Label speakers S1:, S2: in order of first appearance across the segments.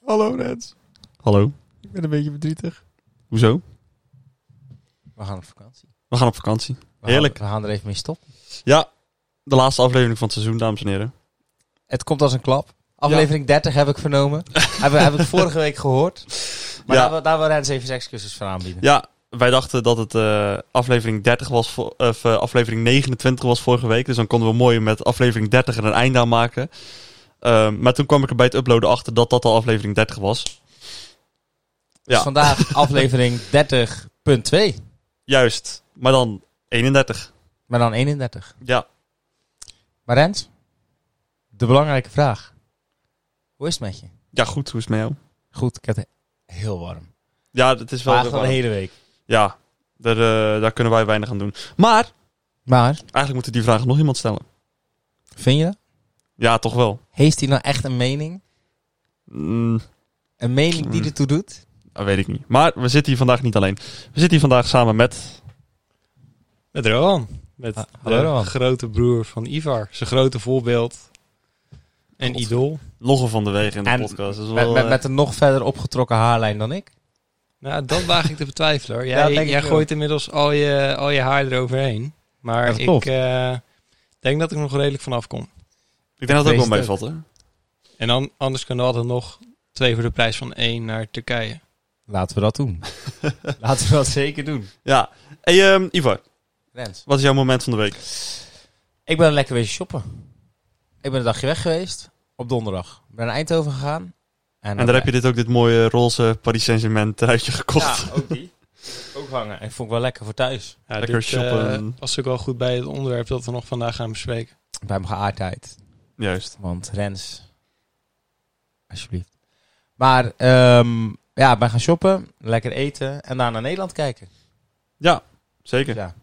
S1: Laurens.
S2: Hallo.
S1: Ik ben een beetje verdrietig.
S2: Hoezo?
S3: We gaan op vakantie.
S2: We gaan op vakantie.
S3: We gaan-
S2: Heerlijk.
S3: we gaan er even mee stoppen.
S2: Ja, de laatste aflevering van het seizoen, dames en heren.
S3: Het komt als een klap. Aflevering 30 heb ik vernomen. hebben hebben het vorige week gehoord. Maar
S2: Ja.
S3: daar, wil- daar wil Rens even zijn excuses voor aanbieden.
S2: Ja, wij dachten dat het eh, aflevering 30 was, vo- of eh, aflevering 29 was vorige week. Dus dan konden we mooi met aflevering 30 er een einde aan maken. Ehm, maar toen kwam ik er bij het uploaden achter dat dat al aflevering 30 was.
S3: Dus
S2: Ja.
S3: vandaag aflevering 30.2.
S2: Juist, maar dan 31.
S3: Maar dan 31.
S2: Ja,
S3: Maar Rens, de belangrijke vraag. Hoe is het met je?
S2: ja goed, hoe is het met jou?
S3: Goed, ik heb het heel warm.
S2: Ja, het is wel...
S3: Vandaag
S2: weer
S3: al de
S2: warm.
S3: hele week.
S2: Ja, daar, eh, daar kunnen wij weinig aan doen. Maar,
S3: Maar,
S2: eigenlijk moeten die vragen nog iemand stellen.
S3: vind je dat?
S2: Ja, toch wel.
S3: Heeft hij nou echt een mening?
S2: Mm,
S3: Een mening die
S2: Hmm.
S3: ertoe doet?
S2: dat weet ik niet. Maar we zitten hier vandaag niet alleen. We zitten hier vandaag samen met...
S1: Met Roan. Met
S3: Ah,
S1: de
S3: hallo, Roan.
S1: grote broer van Ivar. Zijn grote voorbeeld. En
S2: God.
S1: idool.
S2: Loggen van de Wegen in de
S3: En
S2: podcast. Dat is
S3: Met,
S2: wel,
S3: met,
S2: eh,
S3: met een nog verder opgetrokken haarlijn dan ik?
S1: Nou, dat waag ik te betwijfelen hoor.
S3: Ja,
S1: Jij,
S3: denk ik
S1: jij
S3: wel.
S1: gooit inmiddels al je, al je haar eroverheen. Maar
S3: Dat
S1: ik
S3: klopt.
S1: eh, denk dat ik er nog redelijk vanaf kom.
S2: Ik denk dat het ook wel
S3: Wees
S2: meevalt, hè?
S1: En dan, anders kunnen we altijd nog twee voor de prijs van één naar Turkije.
S3: Laten we dat doen. Laten we dat zeker doen.
S2: Ja. Hey, ehm, Ivar,
S3: Rens.
S2: wat is jouw moment van de week?
S3: Ik ben lekker wezen shoppen. Ik ben een dagje weg geweest. Op donderdag. Ik ben naar Eindhoven gegaan.
S2: En daar heb je dit ook, dit mooie roze Paris Saint-Germain truitje gekocht.
S3: Ja, ook die. Ook hangen. En ik vond ik wel lekker voor thuis.
S1: Ja,
S2: Lekker
S1: dit, eh,
S2: shoppen.
S1: past ook wel goed bij het onderwerp dat we nog vandaag gaan bespreken.
S3: Bij mijn geaardheid.
S2: Juist.
S3: Want Rens. Alsjeblieft. Maar ehm, ja, ik ben gaan shoppen. Lekker eten. En daarna naar Nederland kijken.
S2: Ja,
S3: Dus
S2: zeker.
S3: ja.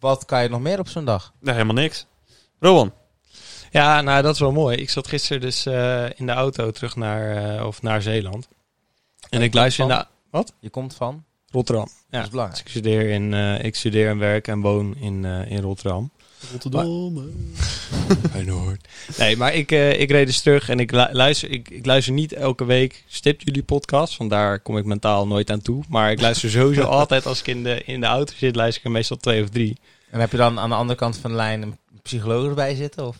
S3: Wat kan je nog meer op zo'n dag?
S2: Nee, helemaal niks. Rowan.
S1: Ja, nou dat is wel mooi. Ik zat gisteren dus eh, in de auto terug naar, eh, of naar Zeeland. En ik luister in de
S3: Je komt van.
S1: Rotterdam.
S3: Dat
S1: Ja,
S3: is belangrijk.
S1: Dus ik studeer, in, eh, ik studeer en werk en woon in, eh, in Rotterdam. Feyenoord. Nee, maar ik, eh, ik reed dus terug en ik lu- luister, ik, ik luister niet elke week stipt jullie podcast. Want daar kom ik mentaal nooit aan toe. Maar ik luister sowieso altijd als ik in de, in de auto zit, luister ik er meestal twee of drie.
S3: En heb je dan aan de andere kant van de lijn een psycholoog erbij zitten? Of?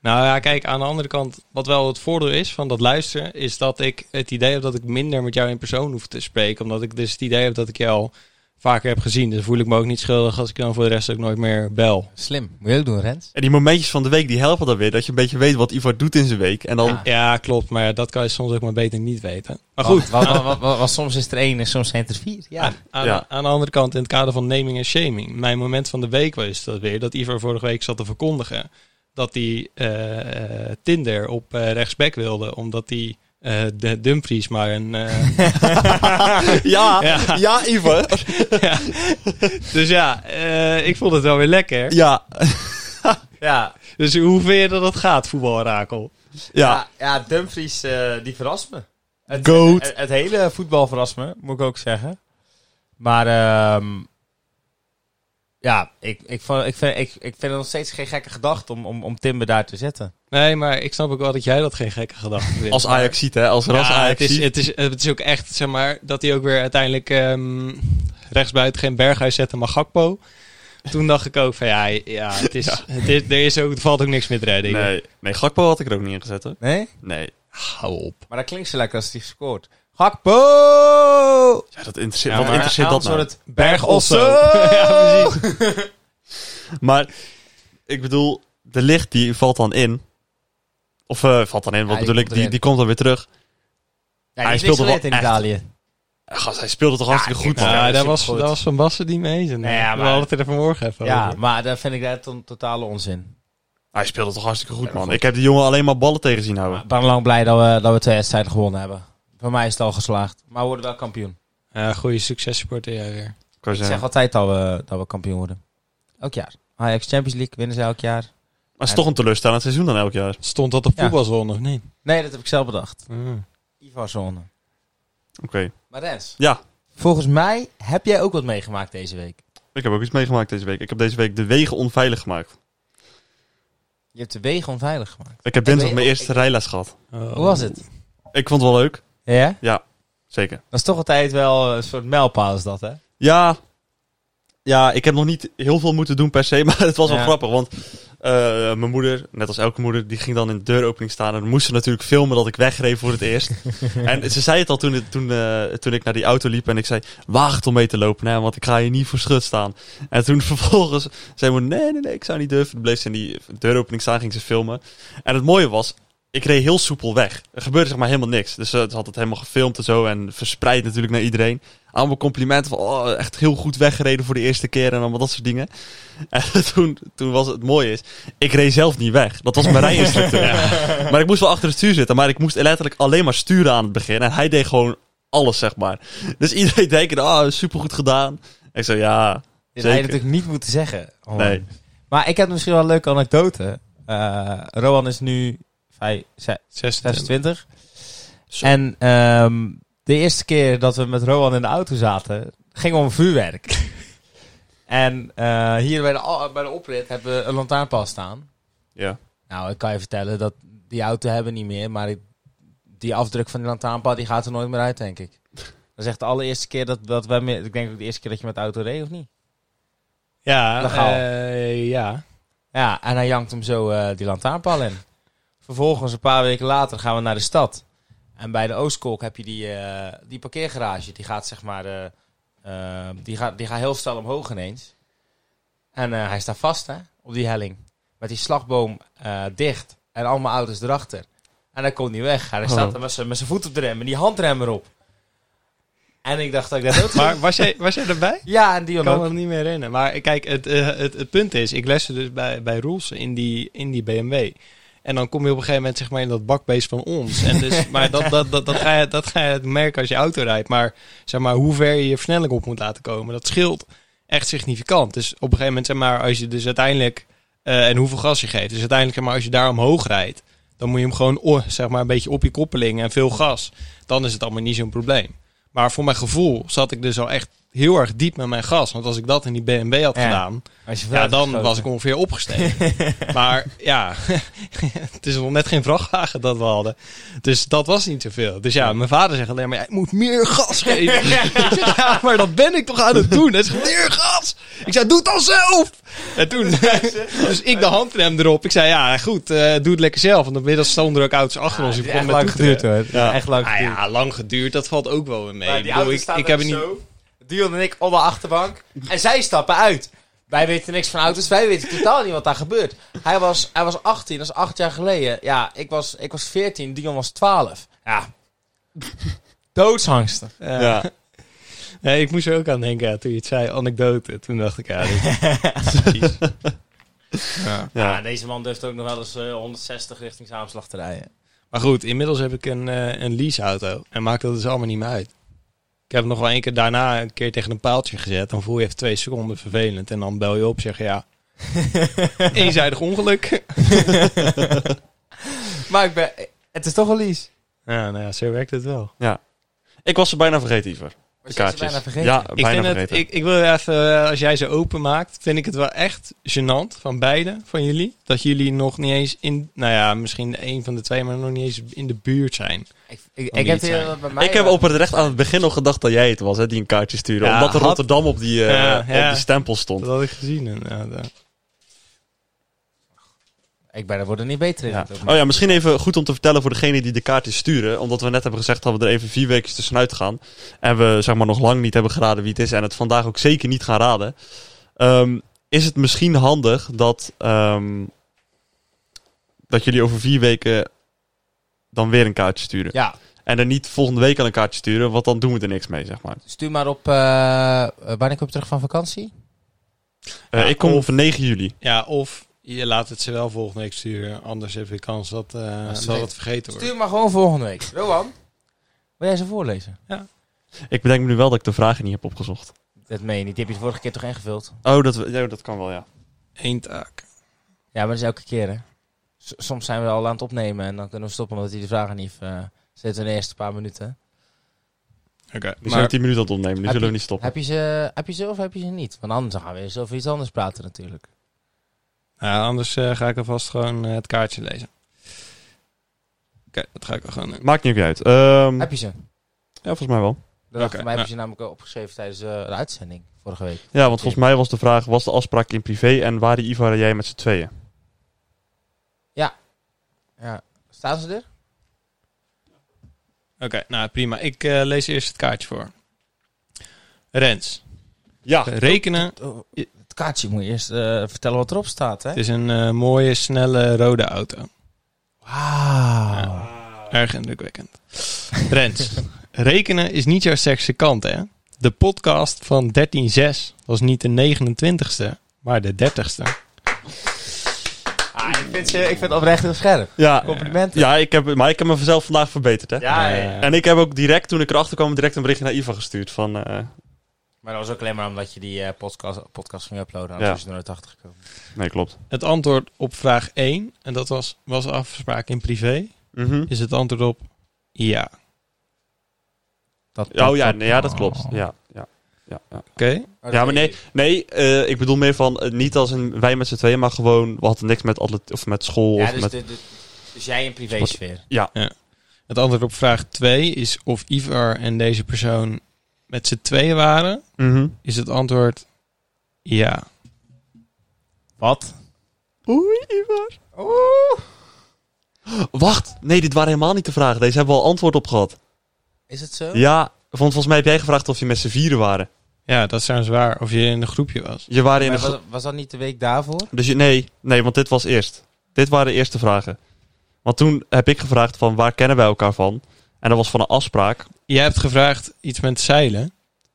S1: Nou ja, kijk, aan de andere kant, wat wel het voordeel is van dat luisteren, is dat ik het idee heb dat ik minder met jou in persoon hoef te spreken. Omdat ik dus het idee heb dat ik jou al vaker heb gezien. Dus voel ik me ook niet schuldig als ik dan voor de rest ook nooit meer bel.
S3: Slim. Moet je ook doen, Rens.
S2: En die momentjes van de week, die helpen dan weer. Dat je een beetje weet wat Ivar doet in zijn week. En dan...
S3: Ja.
S1: Ja, klopt, maar dat kan je soms ook maar beter niet weten. Ah. Maar goed,
S3: Want, want- want- want- want soms is er één en soms zijn het er vier. Ja.
S1: Aan, aan,
S2: Ja.
S1: aan de andere kant, in het kader van naming en shaming. Mijn moment van de week was dat weer dat Ivar vorige week zat te verkondigen dat hij eh, eh, Tinder op eh, rechtsback wilde, omdat hij eh, de Dumfries maar een. eh,
S2: ja,
S1: Ja.
S2: ja, Ivar.
S1: ja. Dus ja, eh, ik vond het wel weer lekker.
S2: Ja,
S3: Ja,
S1: Dus hoe vind je dat dat gaat, voetbalrakel?
S2: ja.
S3: ja, Dumfries eh, die verrast me. Het,
S2: Goat.
S3: het, het hele voetbal verrast me, moet ik ook zeggen. Maar ehm, ja, ik, ik, vond- ik, vind, ik, ik vind het nog steeds geen gekke gedachte om, om, om Timber daar te zetten.
S1: Nee, maar ik snap ook wel dat jij dat geen gekke gedachte vindt.
S2: Als Ajax ziet, hè. Als ras
S1: Ja,
S2: Ajax
S1: het, is, het, is, het is ook echt, zeg maar, dat hij ook weer uiteindelijk ehm rechtsbuiten geen berghuis zette, maar Gakpo. Toen dacht ik ook van ja, ja, het is, Het is, er, is ook, er valt ook niks meer te redden. hier.
S2: Nee. nee, Gakpo had ik er ook niet in gezet, hoor.
S3: Nee?
S2: Nee.
S1: Hou op.
S3: Maar dat klinkt zo lekker als hij scoort. Gakpo!
S2: Ja, dat interesseert,
S1: Ja,
S2: wat
S1: maar
S2: interesseert dat nou?
S3: wordt het Bergosso!
S1: Ja, precies.
S2: Maar ik bedoel, de licht die valt dan in. Of eh, valt dan in, wat
S3: Ja, die
S2: bedoel
S3: komt
S2: ik? Die,
S3: erin.
S2: die komt dan weer terug.
S3: Ja,
S2: Hij
S3: hij
S2: speelde
S3: speelde
S2: wel
S3: in
S2: echt.
S3: Italië.
S2: Eh, Gast, hij speelde toch hartstikke
S3: ik-
S2: goed, man.
S3: Ja,
S1: Ja,
S3: dat
S1: daar,
S3: is
S1: was,
S3: goed.
S1: daar was Van Basten niet mee eens. en
S3: Nee, ja,
S1: We
S3: maar-
S1: hadden het er vanmorgen even
S3: Ja,
S1: over.
S3: maar dat vind ik echt een totale onzin.
S2: Hij speelde toch hartstikke goed,
S3: Ja,
S2: man.
S3: goed.
S2: Ik heb die jongen alleen maar ballen tegen zien houden.
S3: Ik ben lang blij dat we, dat we twee wedstrijden gewonnen hebben. Voor mij is het al geslaagd. Maar we worden wel kampioen.
S1: Ja, goede successupporter jij
S2: Ik
S1: weer.
S2: wou
S3: Ik
S2: zeggen.
S3: zeg altijd dat we, dat we kampioen worden. Elk jaar. Ajax Champions League winnen ze elk jaar.
S2: Maar het is toch een teleurstellend seizoen dan elk jaar.
S1: Stond dat op
S3: Ja.
S1: voetbalzone of niet?
S3: Nee, dat heb ik zelf bedacht. Ivarzone.
S2: Oké.
S3: Maar Rens,
S2: Ja,
S3: volgens mij heb jij ook wat meegemaakt deze week.
S2: ik heb ook iets meegemaakt deze week. Ik heb deze week de wegen onveilig gemaakt.
S3: Je hebt de wegen onveilig gemaakt.
S2: Ik heb
S3: ben
S2: dinsdag
S3: je-
S2: mijn eerste rijles gehad.
S3: Hoe was het?
S2: Ik vond het wel leuk.
S3: Ja?
S2: Ja, Zeker.
S3: Dat is toch altijd wel een soort mijlpaal is dat, hè?
S2: Ja, ja, ik heb nog niet heel veel moeten doen per se, maar het was
S3: Ja.
S2: wel grappig. Want eh, mijn moeder, net als elke moeder, die ging dan in de deuropening staan. En dan moest ze natuurlijk filmen dat ik wegreed voor het eerst. en ze zei het al toen, toen, eh, toen ik naar die auto liep. En ik zei, wacht om mee te lopen, hè, want ik ga hier niet voor schut staan. En toen vervolgens zei mijn moeder, nee, nee, nee, ik zou niet durven. Toen bleef ze in die deuropening staan, ging ze filmen. En het mooie was... Ik reed heel soepel weg. Er gebeurde zeg maar helemaal niks. Dus eh, ze had het helemaal gefilmd en zo. En verspreid natuurlijk naar iedereen allemaal complimenten van oh, echt heel goed weggereden voor de eerste keer en allemaal dat soort dingen. En toen, toen was het mooie is, ik reed zelf niet weg. Dat was mijn rijinstructeur. Maar ik moest wel achter het stuur zitten, maar ik moest letterlijk alleen maar sturen aan het begin. En hij deed gewoon alles, zeg maar. Dus iedereen denkt, ah, supergoed gedaan. Ik zei, ja,
S3: Dit had je
S2: Zeker.
S3: natuurlijk niet moeten zeggen. Gewoon.
S2: nee.
S3: Maar ik heb misschien wel een leuke anekdote. Eh, Rowan is nu vij- ze-
S1: 26.
S3: 26.
S1: Zo.
S3: En ehm, de eerste keer dat we met Rowan in de auto zaten, ging om vuurwerk. en eh, hier bij de, al- bij de oprit hebben we een lantaarnpaal staan.
S2: Ja.
S3: Nou, ik kan je vertellen dat die auto hebben we niet meer, maar ik- die afdruk van die lantaarnpaal die gaat er nooit meer uit, denk ik. Dat is echt de allereerste keer dat, dat wij... meer- Ik denk ook de eerste keer dat je met de auto reed, of niet?
S1: Ja,
S3: Legaal.
S1: eh, ja.
S3: Ja, en hij jankt hem zo eh, die lantaarnpaal in. Vervolgens, een paar weken later, gaan we naar de stad. En bij de Oostkolk heb je die, eh, die parkeergarage. Die gaat zeg maar... eh, eh, die, gaat, die gaat heel snel omhoog ineens. En eh, hij staat vast, hè? Op die helling. Met die slagboom eh, dicht. En allemaal auto's erachter. En hij komt niet weg. En hij staat
S2: Oh.
S3: er met zijn met zijn voet op de rem. En die handrem erop. En ik dacht dat ik dat ook...
S1: Maar was jij, was jij erbij?
S3: Ja, en Dion
S1: Ik kan
S3: ook.
S1: me niet meer herinneren. Maar kijk, het, eh, het, het punt is, ik leste dus bij, bij Roelsen in die, in die BMW. En dan kom je op een gegeven moment zeg maar, in dat bakbeest van ons. En dus, maar dat, dat, dat, dat, ga je, dat ga je merken als je auto rijdt. Maar, zeg maar hoe ver je je versnelling op moet laten komen, dat scheelt echt significant. Dus op een gegeven moment, zeg maar, als je dus uiteindelijk... eh, en hoeveel gas je geeft. Dus uiteindelijk, zeg maar, als je daar omhoog rijdt... dan moet je hem gewoon oh, zeg maar, een beetje op je koppeling en veel gas. Dan is het allemaal niet zo'n probleem. Maar voor mijn gevoel zat ik dus al echt heel erg diep met mijn gas. Want als ik dat in die BMW had
S3: Ja.
S1: gedaan,
S3: Als je
S1: ja,
S3: vooruit
S1: dan
S3: geschoten.
S1: was ik ongeveer opgestegen. maar ja, het is nog net geen vrachtwagen dat we hadden. Dus dat was niet zoveel. Dus ja, mijn vader zegt alleen maar, ja, ik moet meer gas geven. ik zeg, ja, maar dat ben ik toch aan het doen. Hij zegt, meer gas! Ik zei, doe het dan zelf! En toen, dus ik de handrem erop. Ik zei, ja, goed, eh, doe het lekker zelf. Want inmiddels stonden er ook auto's achter ons. Ik
S3: Het is
S1: begon
S3: echt
S1: met
S3: lang
S1: toeteren.
S3: geduurd, hoor.
S2: Ja.
S3: Echt lang
S1: Ah
S3: geduurd.
S1: ja, lang geduurd, dat valt ook wel weer mee.
S3: Maar
S1: Ik
S3: die
S1: bedoel,
S3: auto
S1: ik,
S3: staat
S1: ik heb er
S3: er
S1: niet...
S3: zo. Dion en ik op de achterbank. En zij stappen uit. Wij weten niks van auto's. Wij weten totaal niet wat daar gebeurt. Hij was, hij was 18, dat is acht jaar geleden. Ja, ik was, ik was 14. Dion was 12. Ja. Doodsangsten.
S1: Ja.
S2: Ja.
S1: Nee, ik moest er ook aan denken ja, toen je het zei, anekdote. Toen dacht ik, ja, dit precies. Ja.
S2: Ja.
S3: deze man durft ook nog wel eens 160 richting aanslag te rijden.
S1: Maar goed, inmiddels heb ik een, eh een leaseauto en maakt dat dus allemaal niet meer uit. Ik heb hem nog wel één keer daarna een keer tegen een paaltje gezet. Dan voel je even twee seconden vervelend en dan bel je op zeg je ja, eenzijdig ongeluk.
S3: Maar ik ben, het is toch een lease.
S1: Ja, nou ja, zo werkt het wel.
S2: Ik was ze bijna vergeten, Iver. De
S3: Was je het
S2: kaartjes.
S3: bijna vergeten?
S2: Ja,
S1: Ik,
S2: bijna
S1: vind het,
S2: vergeten.
S1: ik, ik wil even, eh, als jij ze openmaakt, vind ik het wel echt gênant van beide, van jullie. Dat jullie nog niet eens in, nou ja, misschien een van de twee, maar nog niet eens in de buurt zijn.
S3: Ik, ik,
S1: Kan
S3: ik heb
S1: niet
S3: hier
S1: zijn.
S3: bij mij... eh,
S2: ik heb oprecht aan het begin nog gedacht dat jij het was, hè, die een kaartje stuurde.
S1: Ja,
S2: omdat er
S1: had-
S2: Rotterdam op die, eh,
S1: Ja, ja.
S2: op die stempel stond.
S1: Dat had ik gezien. inderdaad.
S3: Ik ben er worden niet beter in.
S2: Ja.
S3: ook, maar-
S2: Oh ja, misschien even goed om te vertellen voor degene die de kaartjes sturen. Omdat we net hebben gezegd dat we er even vier weken tussenuit gaan. En we zeg maar nog lang niet hebben geraden wie het is. En het vandaag ook zeker niet gaan raden. Ehm, is het misschien handig dat, ehm, dat jullie over vier weken dan weer een kaartje sturen?
S3: ja.
S2: En er niet volgende week al een kaartje sturen, want dan doen we er niks mee, zeg maar.
S3: Stuur maar op... eh, eh, wanneer kom je terug van vakantie?
S2: Eh,
S1: Ja,
S2: ik kom
S1: of-
S2: op 9 juli.
S1: Ja, of je laat het ze wel volgende week sturen, anders heb je kans dat, eh, dat
S3: vergeten.
S1: het vergeten wordt.
S3: Stuur maar gewoon volgende week. Rowan, wil jij ze voorlezen?
S2: Ik bedenk me nu wel dat ik de vragen niet heb opgezocht.
S3: Dat meen je niet. Die heb je de vorige keer toch ingevuld?
S2: Oh, dat, we- ja, dat kan wel, ja.
S1: Eén taak.
S3: Ja, maar dat is elke keer, hè? S- soms zijn we al aan het opnemen en dan kunnen we stoppen omdat hij de vragen niet... eh zit in de eerste paar minuten.
S1: Oké,
S2: We
S1: maar
S2: zijn 10 minuten aan het opnemen, nu
S3: Heb
S2: zullen we
S3: je-
S2: niet stoppen.
S3: Heb je, ze, heb je ze of heb je ze niet? Want anders gaan we eens over iets anders praten natuurlijk.
S1: nou, anders eh, ga ik alvast gewoon eh, het kaartje lezen. Oké, dat ga ik wel gewoon doen.
S2: Maakt niet ook niet uit. Ehm,
S3: Heb je ze?
S2: volgens mij wel.
S3: Dat
S1: Oké,
S3: mij heb
S1: nou.
S3: je ze namelijk opgeschreven tijdens eh, de uitzending vorige week.
S2: Ja, want volgens mij was de vraag, was de afspraak in privé en waren Ivar en jij met z'n tweeën?
S3: Ja. Staan ze er?
S1: Oké, nou prima. Ik eh, lees eerst het kaartje voor. Rens. Eh,
S2: Ja.
S1: Rekenen.
S3: Oh, het kaartje moet je eerst eh, vertellen wat erop staat, hè?
S1: Het is een eh, mooie, snelle, rode auto.
S3: Wauw.
S1: Ja. Erg indrukwekkend. Rens. Rekenen is niet jouw sterkste kant, hè? De podcast van 136 was niet de 29ste, maar de 30ste.
S3: Ah, ik, vind ze, ik vind het oprecht heel scherp.
S2: Ja,
S3: Complimenten.
S2: ja ik heb, maar ik heb me zelf vandaag verbeterd, hè?
S3: Ja, ja,
S1: Eh,
S2: En ik heb ook direct, toen ik erachter kwam, direct een berichtje naar Ivar gestuurd van... eh,
S3: Maar dat was ook alleen maar omdat je die eh, podcast, podcast van je uploaden
S2: Ja.
S3: anders was je er 80 gekomen.
S2: nee, klopt.
S1: Het antwoord op vraag 1, en dat was, was afspraak in privé,
S2: Mhm.
S1: is het antwoord op ja.
S3: Dat
S2: Oh ja, nee, ja, dat klopt. Ja, ja, ja, ja.
S1: Oké?
S2: Ja, maar nee, nee eh, ik bedoel meer van eh, niet als een wij met z'n tweeën, maar gewoon we hadden niks met, atlet- of met school.
S3: Ja,
S2: of
S3: dus,
S2: met,
S3: de- de- dus jij in privésfeer.
S1: Het antwoord op vraag 2 is of Ivar en deze persoon met z'n tweeën waren,
S2: Mhm.
S1: is het antwoord ja.
S3: Wat?
S2: Oei, Ivar.
S3: Oh.
S2: Wacht, nee, dit waren helemaal niet de vragen. Deze hebben we al antwoord op gehad.
S3: Is het zo?
S2: Ja, want volgens mij heb jij gevraagd of je met z'n vieren waren.
S1: Ja, dat is trouwens waar. Of je in een groepje was.
S2: Je waren in
S3: Maar
S2: een gro-
S3: was, was dat niet de week daarvoor?
S2: Dus je, nee, nee, want dit was eerst. Dit waren de eerste vragen. Want toen heb ik gevraagd van waar kennen wij elkaar van? En dat was van een afspraak.
S1: Jij hebt gevraagd iets met zeilen.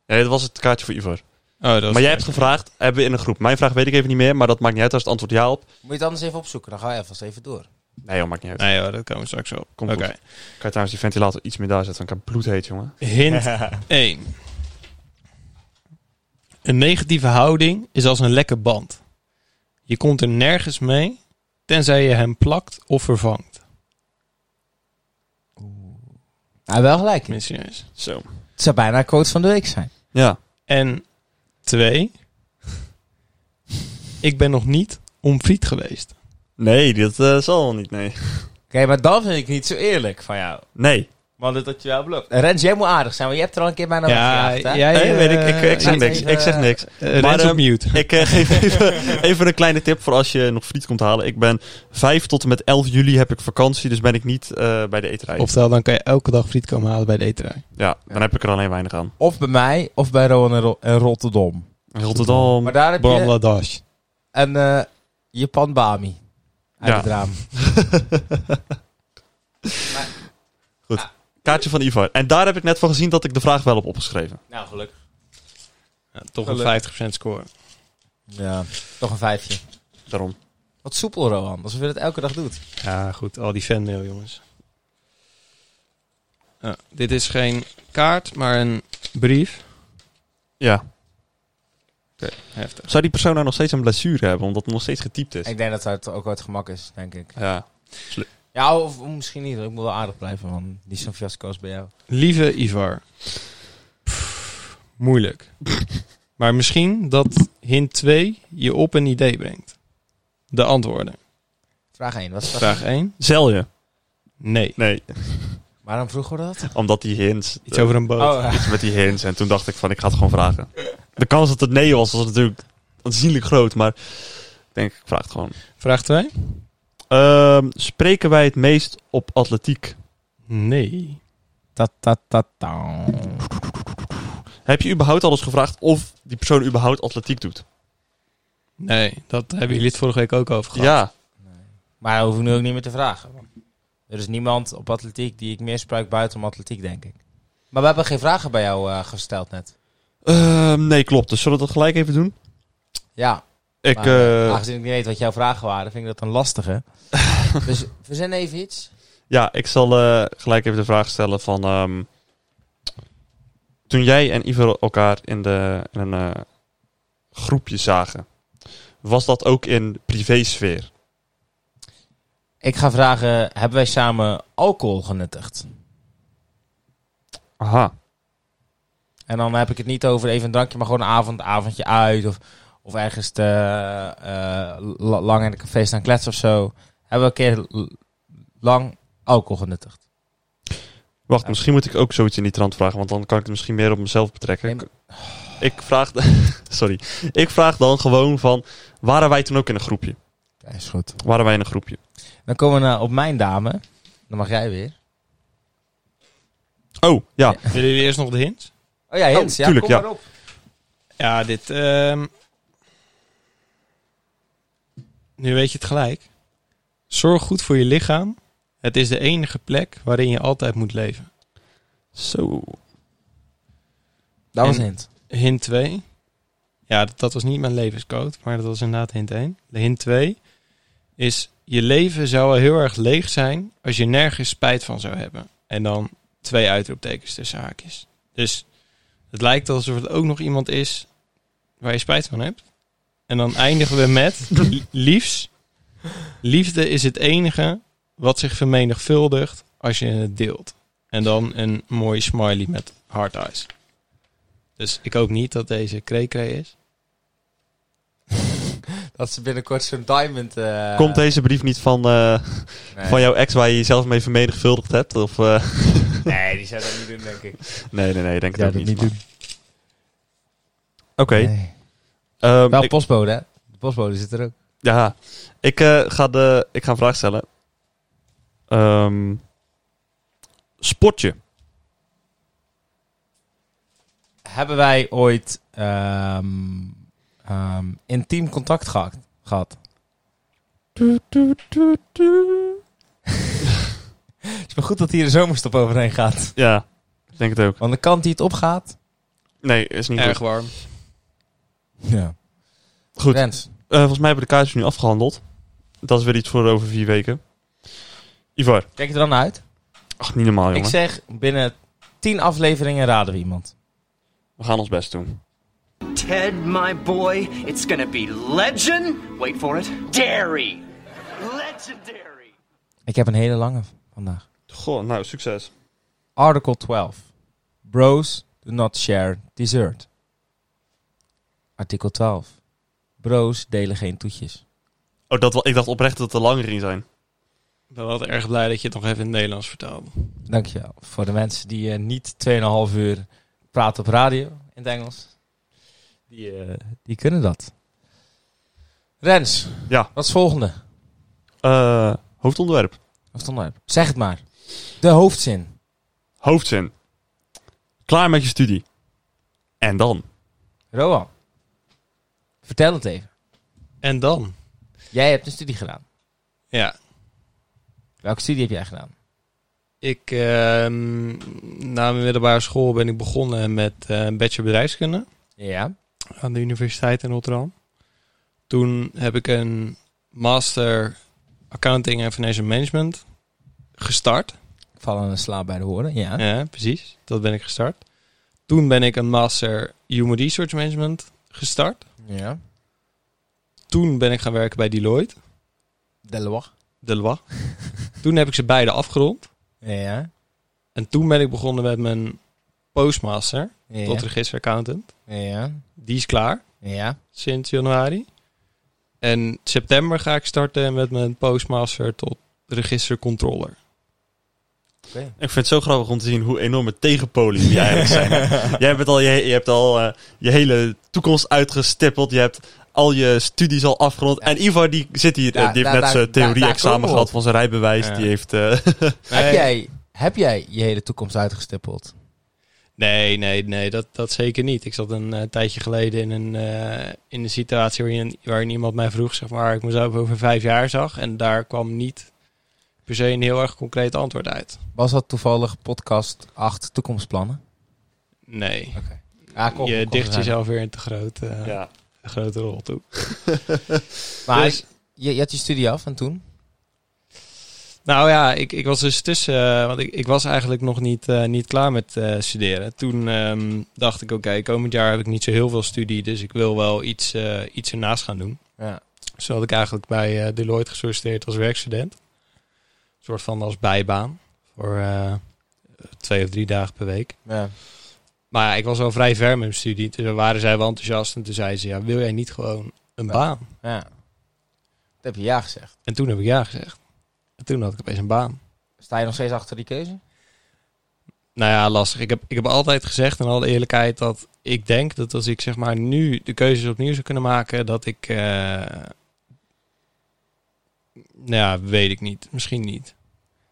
S2: Nee, dat was het kaartje voor Ivar.
S1: Oh, dat was
S2: Maar jij hebt gevraagd, hebben we in een groep? Mijn vraag weet ik even niet meer, maar dat maakt niet uit als het antwoord ja op.
S3: Moet je het anders even opzoeken? Dan ga je alvast even door.
S2: Nee, dat maakt niet uit.
S1: Nee hoor, dat komen we straks op.
S2: Komt
S1: Oké.
S2: goed. Kan je trouwens die ventilator iets meer daar zetten? Dan kan het bloedheet, jongen.
S1: Hint 1. Een negatieve houding is als een lekke band. Je komt er nergens mee, tenzij je hem plakt of vervangt.
S3: Nou, wel gelijk. Het
S1: Tenminste, serieus.
S2: Zo.
S3: zou bijna een quote van de week zijn.
S2: Ja.
S1: En 2. Ik ben nog niet omfriet geweest.
S2: Nee, dat eh, zal wel niet, nee.
S3: Oké, maar dan vind ik niet zo eerlijk van jou.
S2: Nee.
S3: Want het dat je wel beloofd. Rens, jij moet aardig zijn, want je hebt er al een keer bijna weggejaagd, Nou, hè?
S1: jij,
S2: Nee,
S1: eh,
S2: weet ik, ik, ik zeg
S3: laat
S2: niks.
S3: even-
S2: Ik zeg niks.
S1: eh, Rens
S2: Maar,
S1: op
S2: ehm,
S1: mute.
S2: Ik eh, geef even, even een kleine tip voor als je nog friet komt halen. Ik ben 5 tot en met 11 juli heb ik vakantie, dus ben ik niet eh, bij de eterij.
S1: Oftewel, dan kan je elke dag friet komen halen bij de eterij.
S2: Ja, dan heb ik er alleen weinig aan.
S3: Of bij mij, of bij Rowan en, Ro- en Rotterdam.
S2: Rotterdam.
S3: Maar daar heb je
S1: Bangladesh.
S3: een eh, Japan Bami. Uit
S2: Ja.
S3: het raam.
S2: Kaartje van Ivar. En daar heb ik net van gezien dat ik de vraag wel heb opgeschreven.
S3: Nou, gelukkig.
S1: Ja, toch een 50% score.
S3: Ja, toch een vijfje.
S2: Daarom.
S3: Wat soepel, Rowan. Alsof je dat elke dag doet.
S1: Ja, goed. Al die fanmail, jongens. Ja, dit is geen kaart, maar een brief.
S2: Ja.
S1: Heftig.
S2: Zou die persoon nou nog steeds een blessure hebben, omdat het nog steeds getypt is?
S3: Ik denk dat het ook wel het gemak is, denk ik.
S2: Ja.
S3: Ja, of, of misschien niet. Ik moet wel aardig blijven, man. Die is zo'n fiasco als bij jou.
S1: Lieve Ivar. Pff, moeilijk. maar misschien dat hint 2 je op een idee brengt. De antwoorden.
S3: Vraag 1. Wat is vraag
S1: Vraag 1.
S2: Zel je?
S1: Nee.
S2: Nee.
S3: Waarom vroegen we dat?
S2: Omdat die hints...
S1: Iets over een boot.
S3: Oh, ja.
S2: iets met die hints. En toen dacht ik van, ik ga het gewoon vragen. De kans dat het nee was, was natuurlijk aanzienlijk groot. Maar ik denk, ik vraag het gewoon.
S1: Vraag 2.
S2: Ehm, spreken wij het meest op atletiek?
S1: Nee.
S3: Ta ta ta ta.
S2: Heb je überhaupt alles gevraagd of die persoon überhaupt atletiek doet?
S1: Nee, dat hebben jullie het vorige week ook over gehad.
S2: Ja.
S3: Maar dat hoef ik nu ook niet meer te vragen. want Er is niemand op atletiek die ik meer spruit buiten om atletiek, denk ik. Maar we hebben geen vragen bij jou eh, gesteld net.
S2: Ehm, nee, klopt. Dus zullen we dat gelijk even doen?
S3: Ja,
S2: Ik,
S3: maar,
S2: eh,
S3: aangezien ik niet weet wat jouw vragen waren, vind ik dat een lastige. dus verzin even iets.
S2: ja, ik zal eh, gelijk even de vraag stellen van... ehm, toen jij en Ivo elkaar in, de, in een eh, groepje zagen, was dat ook in privésfeer?
S3: Ik ga vragen, hebben wij samen alcohol genuttigd?
S2: Aha.
S3: En dan heb ik het niet over even een drankje, maar gewoon een avond, avondje uit. Of, of ergens te, eh, la- lang in een café staan kletsen of zo. Hebben we een keer l- lang alcohol genuttigd.
S2: Wacht,
S3: Ja.
S2: misschien moet ik ook zoiets in die trant vragen, want dan kan ik het misschien meer op mezelf betrekken.
S3: Nee,
S2: Ik- Ik vraag, sorry, ik vraag dan gewoon van, waren wij toen ook in een groepje?
S3: Ja, is goed.
S2: Waren wij in een groepje?
S3: Dan komen we naar op mijn dame. Dan mag jij weer.
S2: Oh, ja.
S1: Willen jullie eerst nog de hint?
S3: Oh ja, Hens.
S2: Oh,
S3: ja,
S2: tuurlijk,
S3: kom
S2: ja.
S3: maar op.
S1: Ja, dit... ehm, Nu weet je het gelijk. Zorg goed voor je lichaam. Het is de enige plek waarin je altijd moet leven.
S2: Zo.
S3: Dat was
S1: En-
S3: Hens.
S1: Hint 2. Ja, dat, dat was niet mijn levenscode, maar dat was inderdaad hint 1. De hint 2 is... Je leven zou al heel erg leeg zijn als je nergens spijt van zou hebben. En dan twee uitroeptekens tussen haakjes. Dus het lijkt alsof het ook nog iemand is waar je spijt van hebt. En dan eindigen we met li- liefs. Liefde is het enige wat zich vermenigvuldigt als je het deelt. En dan een mooie smiley met hard eyes. Dus ik hoop niet dat deze Krekre is.
S3: Dat ze binnenkort zo'n diamond... eh,
S2: Komt deze brief niet van, eh,
S3: nee.
S2: van jouw ex waar je jezelf mee vermenigvuldigd hebt? Of, eh,
S3: Nee, die zou dat niet doen, denk ik.
S2: nee, nee, nee, denk ik ook niet. maar-
S3: doen.
S2: Oké.
S3: Nee.
S2: ehm,
S3: Wel
S2: ik-
S3: postbode, hè? De postbode zit er ook.
S2: ja, ik, eh, ga de, ik ga een vraag stellen. Ehm, sportje.
S3: Hebben wij ooit ehm, ehm, intiem contact gehad? gehad? Het is maar goed dat hier de zomerstop overheen gaat.
S2: Ja, ik denk het ook.
S3: Want de kant die het opgaat...
S2: Nee, is niet
S1: Erg
S2: goed.
S1: warm.
S3: Ja.
S2: Goed,
S3: Rens.
S2: eh, volgens mij hebben we de kaartjes nu afgehandeld. Dat is weer iets voor over vier weken. Ivar,
S3: Kijk je er dan naar uit?
S2: ach, niet normaal, jongen.
S3: Ik zeg, binnen tien afleveringen raden we iemand.
S2: We gaan ons best doen.
S4: Ted, my boy, it's gonna be legend. Wait for it. Dairy. Legendary.
S3: Ik heb een hele lange v- vandaag.
S2: Goh, nou, succes.
S3: Article 12. Bros do not share dessert. Artikel 12. Bros delen geen toetjes.
S2: Oh, dat, wel- ik dacht oprecht dat het er langer in zijn.
S1: Ik ben wel erg blij dat je het nog even in het Nederlands vertaalde.
S3: Dankjewel. Voor de mensen die eh, niet 2,5 uur praten op radio in het Engels. Die, eh, die kunnen dat. Rens.
S2: Ja.
S3: Wat is het volgende?
S2: Eh, hoofdonderwerp.
S3: Of het onderwerp? Zeg het maar. De hoofdzin.
S2: Hoofdzin. Klaar met je studie. En dan?
S3: Roan. Vertel het even.
S1: En dan?
S3: Jij hebt een studie gedaan.
S1: Ja,
S3: Welke studie heb jij gedaan?
S1: ik ehm, na mijn middelbare school ben ik begonnen met eh, een bachelor bedrijfskunde
S3: Ja.
S1: aan de Universiteit in Rotterdam. Toen heb ik een master accounting en financial management gestart.
S3: Ik val aan de slaap bij de horen. Ja.
S1: Ja, precies. Dat ben ik gestart. Toen ben ik een master human resource management gestart.
S3: Ja.
S1: Toen ben ik gaan werken bij Deloitte,
S3: De Loire.
S1: Deloitte. Toen heb ik ze beide afgerond.
S3: Ja.
S1: En toen ben ik begonnen met mijn postmaster,
S3: Ja.
S1: tot registeraccountant.
S3: Ja.
S1: Die is klaar
S3: Ja.
S1: sinds januari. En september ga ik starten met mijn postmaster tot registercontroller.
S3: Oké.
S2: Ik vind het zo grappig om te zien hoe enorme tegenpolen jullie eigenlijk zijn. Jij hebt al, je, je hebt al eh, je hele toekomst uitgestippeld. Je hebt al je studies al afgerond. En Ivar die zit hier, eh,
S3: Ja,
S2: die
S3: daar-
S2: heeft net zijn
S3: daar- daar- daar komen
S2: theorie-examen
S3: we
S2: gehad
S3: op.
S2: van zijn rijbewijs.
S1: Ja.
S2: Die heeft... eh,
S3: Heb, jij, heb jij je hele toekomst uitgestippeld?
S1: Nee, nee, nee, dat, dat zeker niet. Ik zat een eh, tijdje geleden in een, eh, in een situatie waarin, waarin iemand mij vroeg, zeg maar, ik mezelf over vijf jaar zag. En daar kwam niet per se een heel erg concreet antwoord uit.
S3: Was dat toevallig podcast 8 toekomstplannen?
S1: Nee.
S3: Oké. Ja, kom,
S1: Je
S3: kom,
S1: dicht
S3: we gaan.
S1: jezelf weer een te grote,
S2: ja.
S1: te grote rol toe.
S3: Maar
S1: Dus-
S3: je, je had je studie af en toen?
S1: Nou ja, ik, ik was dus tussen, eh, want ik, ik was eigenlijk nog niet, eh, niet klaar met eh, studeren. Toen ehm, dacht ik, oké, komend jaar heb ik niet zo heel veel studie, dus ik wil wel iets, eh, iets ernaast gaan doen.
S3: Ja.
S1: Dus toen had ik eigenlijk bij eh, Deloitte gesolliciteerd als werkstudent. Een soort van als bijbaan voor eh, twee of drie dagen per week.
S3: ja.
S1: Maar ja, ik was al vrij ver met mijn studie, dus dan waren zij wel enthousiast en toen zeiden ze, ja, wil jij niet gewoon een
S3: Ja.
S1: baan?
S3: Ja. Dat heb je ja gezegd.
S1: En toen heb ik ja gezegd. En toen had ik opeens een baan.
S3: Sta je nog steeds achter die keuze?
S1: Nou ja, lastig. Ik heb, ik heb altijd gezegd, in alle eerlijkheid, dat ik denk dat als ik zeg maar nu de keuzes opnieuw zou kunnen maken, dat ik. eh, Nou ja, weet ik niet. Misschien niet.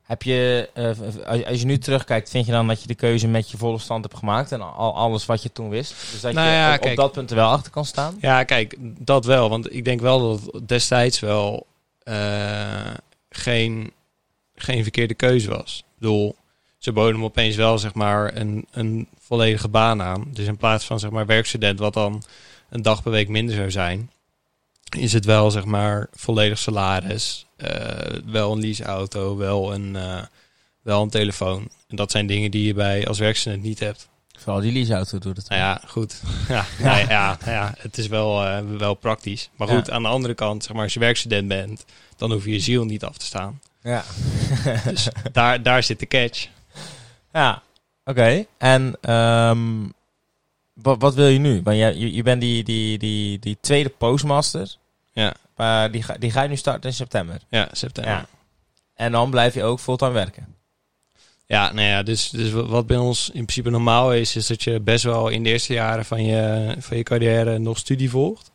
S3: Heb je, eh, v- als je- als je nu terugkijkt, vind je dan dat je de keuze met je volle stand hebt gemaakt en al alles wat je toen wist? Dus dat
S1: Nou
S3: je
S1: ja,
S3: op- op,
S1: kijk.
S3: dat punt er wel achter kan staan?
S1: Ja, kijk, dat wel. Want ik denk wel dat het destijds wel eh, geen, geen verkeerde keuze was. Ik bedoel, ze boden hem opeens wel zeg maar een, een volledige baan aan. Dus in plaats van zeg maar werkstudent, wat dan een dag per week minder zou zijn, is het wel zeg maar volledig salaris, eh, wel een leaseauto, wel een, eh, wel een telefoon. En dat zijn dingen die je bij als werkstudent niet hebt.
S3: Vooral die leaseauto doet het.
S1: Nou ja, goed. Ja, nou ja, ja, ja, het is wel, eh, wel praktisch. Maar goed,
S3: Ja.
S1: aan de andere kant, zeg maar, als je werkstudent bent, dan hoef je je ziel niet af te staan.
S3: Ja.
S1: Dus daar, daar zit de catch.
S3: Ja, oké. En ehm, wat, wat wil je nu? Want je, je, je bent die, die, die, die tweede postmaster.
S1: Ja.
S3: Maar die, ga, die ga je nu starten in september.
S1: Ja, september.
S3: Ja.
S1: Ja,
S3: En dan blijf je ook fulltime werken.
S1: nou ja, dus, dus wat bij ons in principe normaal is, is dat je best wel in de eerste jaren van je, van je carrière nog studie volgt.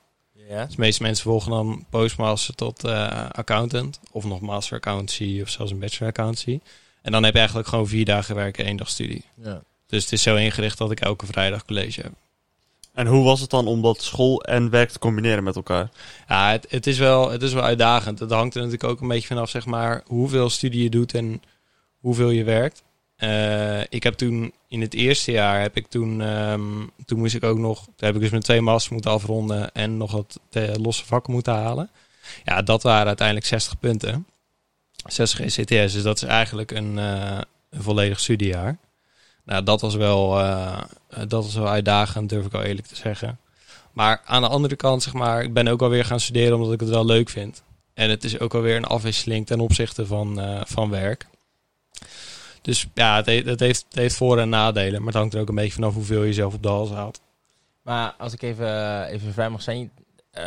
S3: Ja.
S1: Dus de meeste mensen volgen dan postmaster tot eh, accountant. Of nog master accountancy of zelfs een bachelor accountancy. En dan heb je eigenlijk gewoon vier dagen werken, één dag studie.
S3: ja.
S1: Dus het is zo ingericht dat ik elke vrijdag college heb.
S2: En hoe was het dan om dat school en werk te combineren met elkaar?
S1: Ja, het, het, is wel, het is wel uitdagend. Het hangt er natuurlijk ook een beetje vanaf, zeg maar, hoeveel studie je doet en hoeveel je werkt. Eh, ik heb toen in het eerste jaar heb ik toen, ehm, toen moest ik ook nog, toen heb ik dus mijn twee masters moeten afronden en nog wat eh, losse vakken moeten halen. Ja, dat waren uiteindelijk 60 punten. 60 ECTS, dus dat is eigenlijk een, eh, een volledig studiejaar. Nou, dat was wel, eh, eh, dat was wel uitdagend, durf ik wel eerlijk te zeggen. Maar aan de andere kant, zeg maar, ik ben ook alweer gaan studeren omdat ik het wel leuk vind. En het is ook alweer een afwisseling ten opzichte van, eh, van werk. Dus ja, het, he- het heeft, het heeft voor- en nadelen. Maar het hangt er ook een beetje vanaf hoeveel je zelf op de hals haalt.
S3: Maar als ik even, even vrij mag zijn. eh,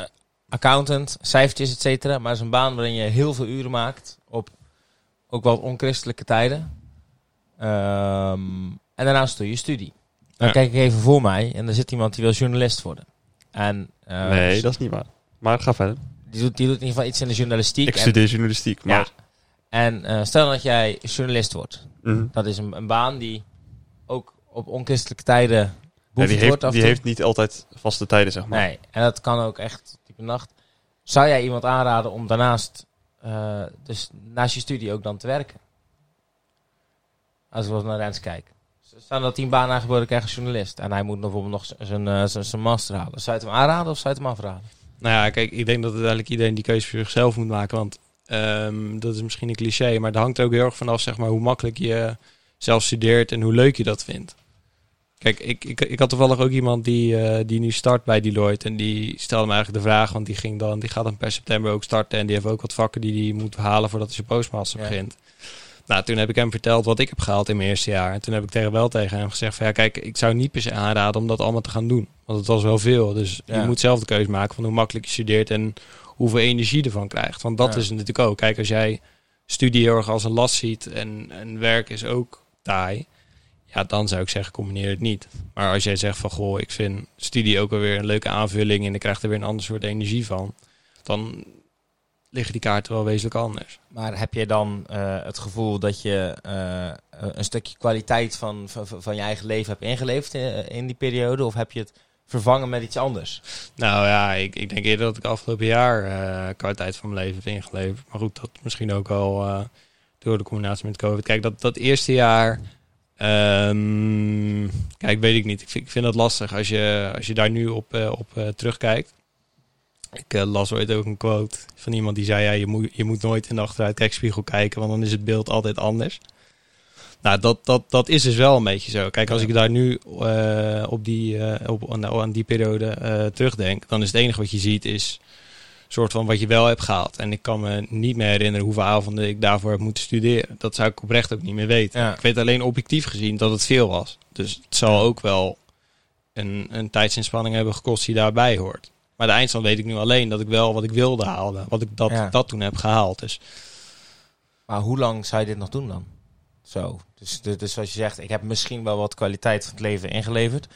S3: accountant, cijfertjes, et cetera. Maar het is een baan waarin je heel veel uren maakt. Op ook wel onchristelijke tijden. Ehm, en daarnaast doe je studie. Dan
S1: Ja.
S3: kijk ik even voor mij. En er zit iemand die wil journalist worden. En, eh,
S2: nee, dat is niet waar. Maar ga verder.
S3: die, doet, die doet in ieder geval iets in de journalistiek.
S2: Ik
S3: En-
S2: studeer journalistiek, maar...
S3: En eh, stel dat jij journalist wordt.
S2: Mhm.
S3: Dat is een, een baan die ook op onchristelijke tijden
S2: Ja,
S3: beoefend
S2: die
S3: wordt.
S2: heeft,
S3: af en
S2: die
S3: toe.
S2: heeft niet altijd vaste tijden, zeg maar.
S3: Nee, en dat kan ook echt type nacht. Zou jij iemand aanraden om daarnaast, eh, dus naast je studie ook dan te werken? Als ik wel naar Rens kijk. Staan dat tien banen aangeboden, ik krijg een journalist. En hij moet bijvoorbeeld nog z- zijn, eh, zijn, zijn master halen. Zou je het hem aanraden of zou je het hem afraden?
S1: Nou ja, kijk, ik denk dat uiteindelijk iedereen die keuze voor zichzelf moet maken. Want ehm, dat is misschien een cliché, maar het hangt er ook heel erg vanaf, zeg maar, hoe makkelijk je zelf studeert en hoe leuk je dat vindt. Kijk, ik, ik, ik had toevallig ook iemand die, eh, die nu start bij Deloitte. En die stelde me eigenlijk de vraag, want die, ging dan, die gaat dan per september ook starten. En die heeft ook wat vakken die hij moet halen voordat hij zijn postmaster
S3: Ja.
S1: begint. Nou, toen heb ik hem verteld wat ik heb gehaald in mijn eerste jaar. En toen heb ik tegen wel tegen hem gezegd van ja, kijk, ik zou niet per se aanraden om dat allemaal te gaan doen. Want het was wel veel. Dus
S3: Ja.
S1: je moet zelf de keuze maken van hoe makkelijk je studeert en hoeveel energie ervan krijgt. Want dat
S3: Ja.
S1: is het natuurlijk ook. Kijk, als jij studie heel erg als een last ziet en, en werk is ook taai. Ja, dan zou ik zeggen, combineer het niet. Maar als jij zegt van, goh, ik vind studie ook alweer een leuke aanvulling... en ik krijg er weer een ander soort energie van... dan liggen die kaarten wel wezenlijk anders.
S3: Maar heb je dan eh, het gevoel dat je eh, een stukje kwaliteit van, van, van je eigen leven hebt ingeleverd in, in die periode? Of heb je het vervangen met iets anders?
S1: Nou ja, ik, ik denk eerder dat ik afgelopen jaar eh kwaliteit van mijn leven heb ingeleverd. Maar goed, dat misschien ook wel eh, door de combinatie met COVID. Kijk, dat, dat eerste jaar... ehm, kijk, weet ik niet. Ik vind, ik vind dat lastig als je, als je daar nu op, eh, op eh, terugkijkt. Ik eh, las ooit ook een quote van iemand die zei... Ja, je, moet, je moet nooit in de achteruitkijkspiegel kijken, want dan is het beeld altijd anders. Nou, dat, dat, dat is dus wel een beetje zo. Kijk, als ik daar nu eh, op die, eh, op, nou, aan die periode eh, terugdenk, dan is het enige wat je ziet is soort van wat je wel hebt gehaald. En ik kan me niet meer herinneren hoeveel avonden ik daarvoor heb moeten studeren. Dat zou ik oprecht ook niet meer weten.
S3: Ja.
S1: Ik weet alleen objectief gezien dat het veel was. Dus het zal ook wel een, een tijdsinspanning hebben gekost die daarbij hoort. Maar de eindstand weet ik nu alleen dat ik wel wat ik wilde haalde. Wat ik dat,
S3: Ja.
S1: dat toen heb gehaald. Dus
S3: Maar hoe lang zou je dit nog doen dan? Zo. Dus, dus, dus zoals je zegt, ik heb misschien wel wat kwaliteit van het leven ingeleverd.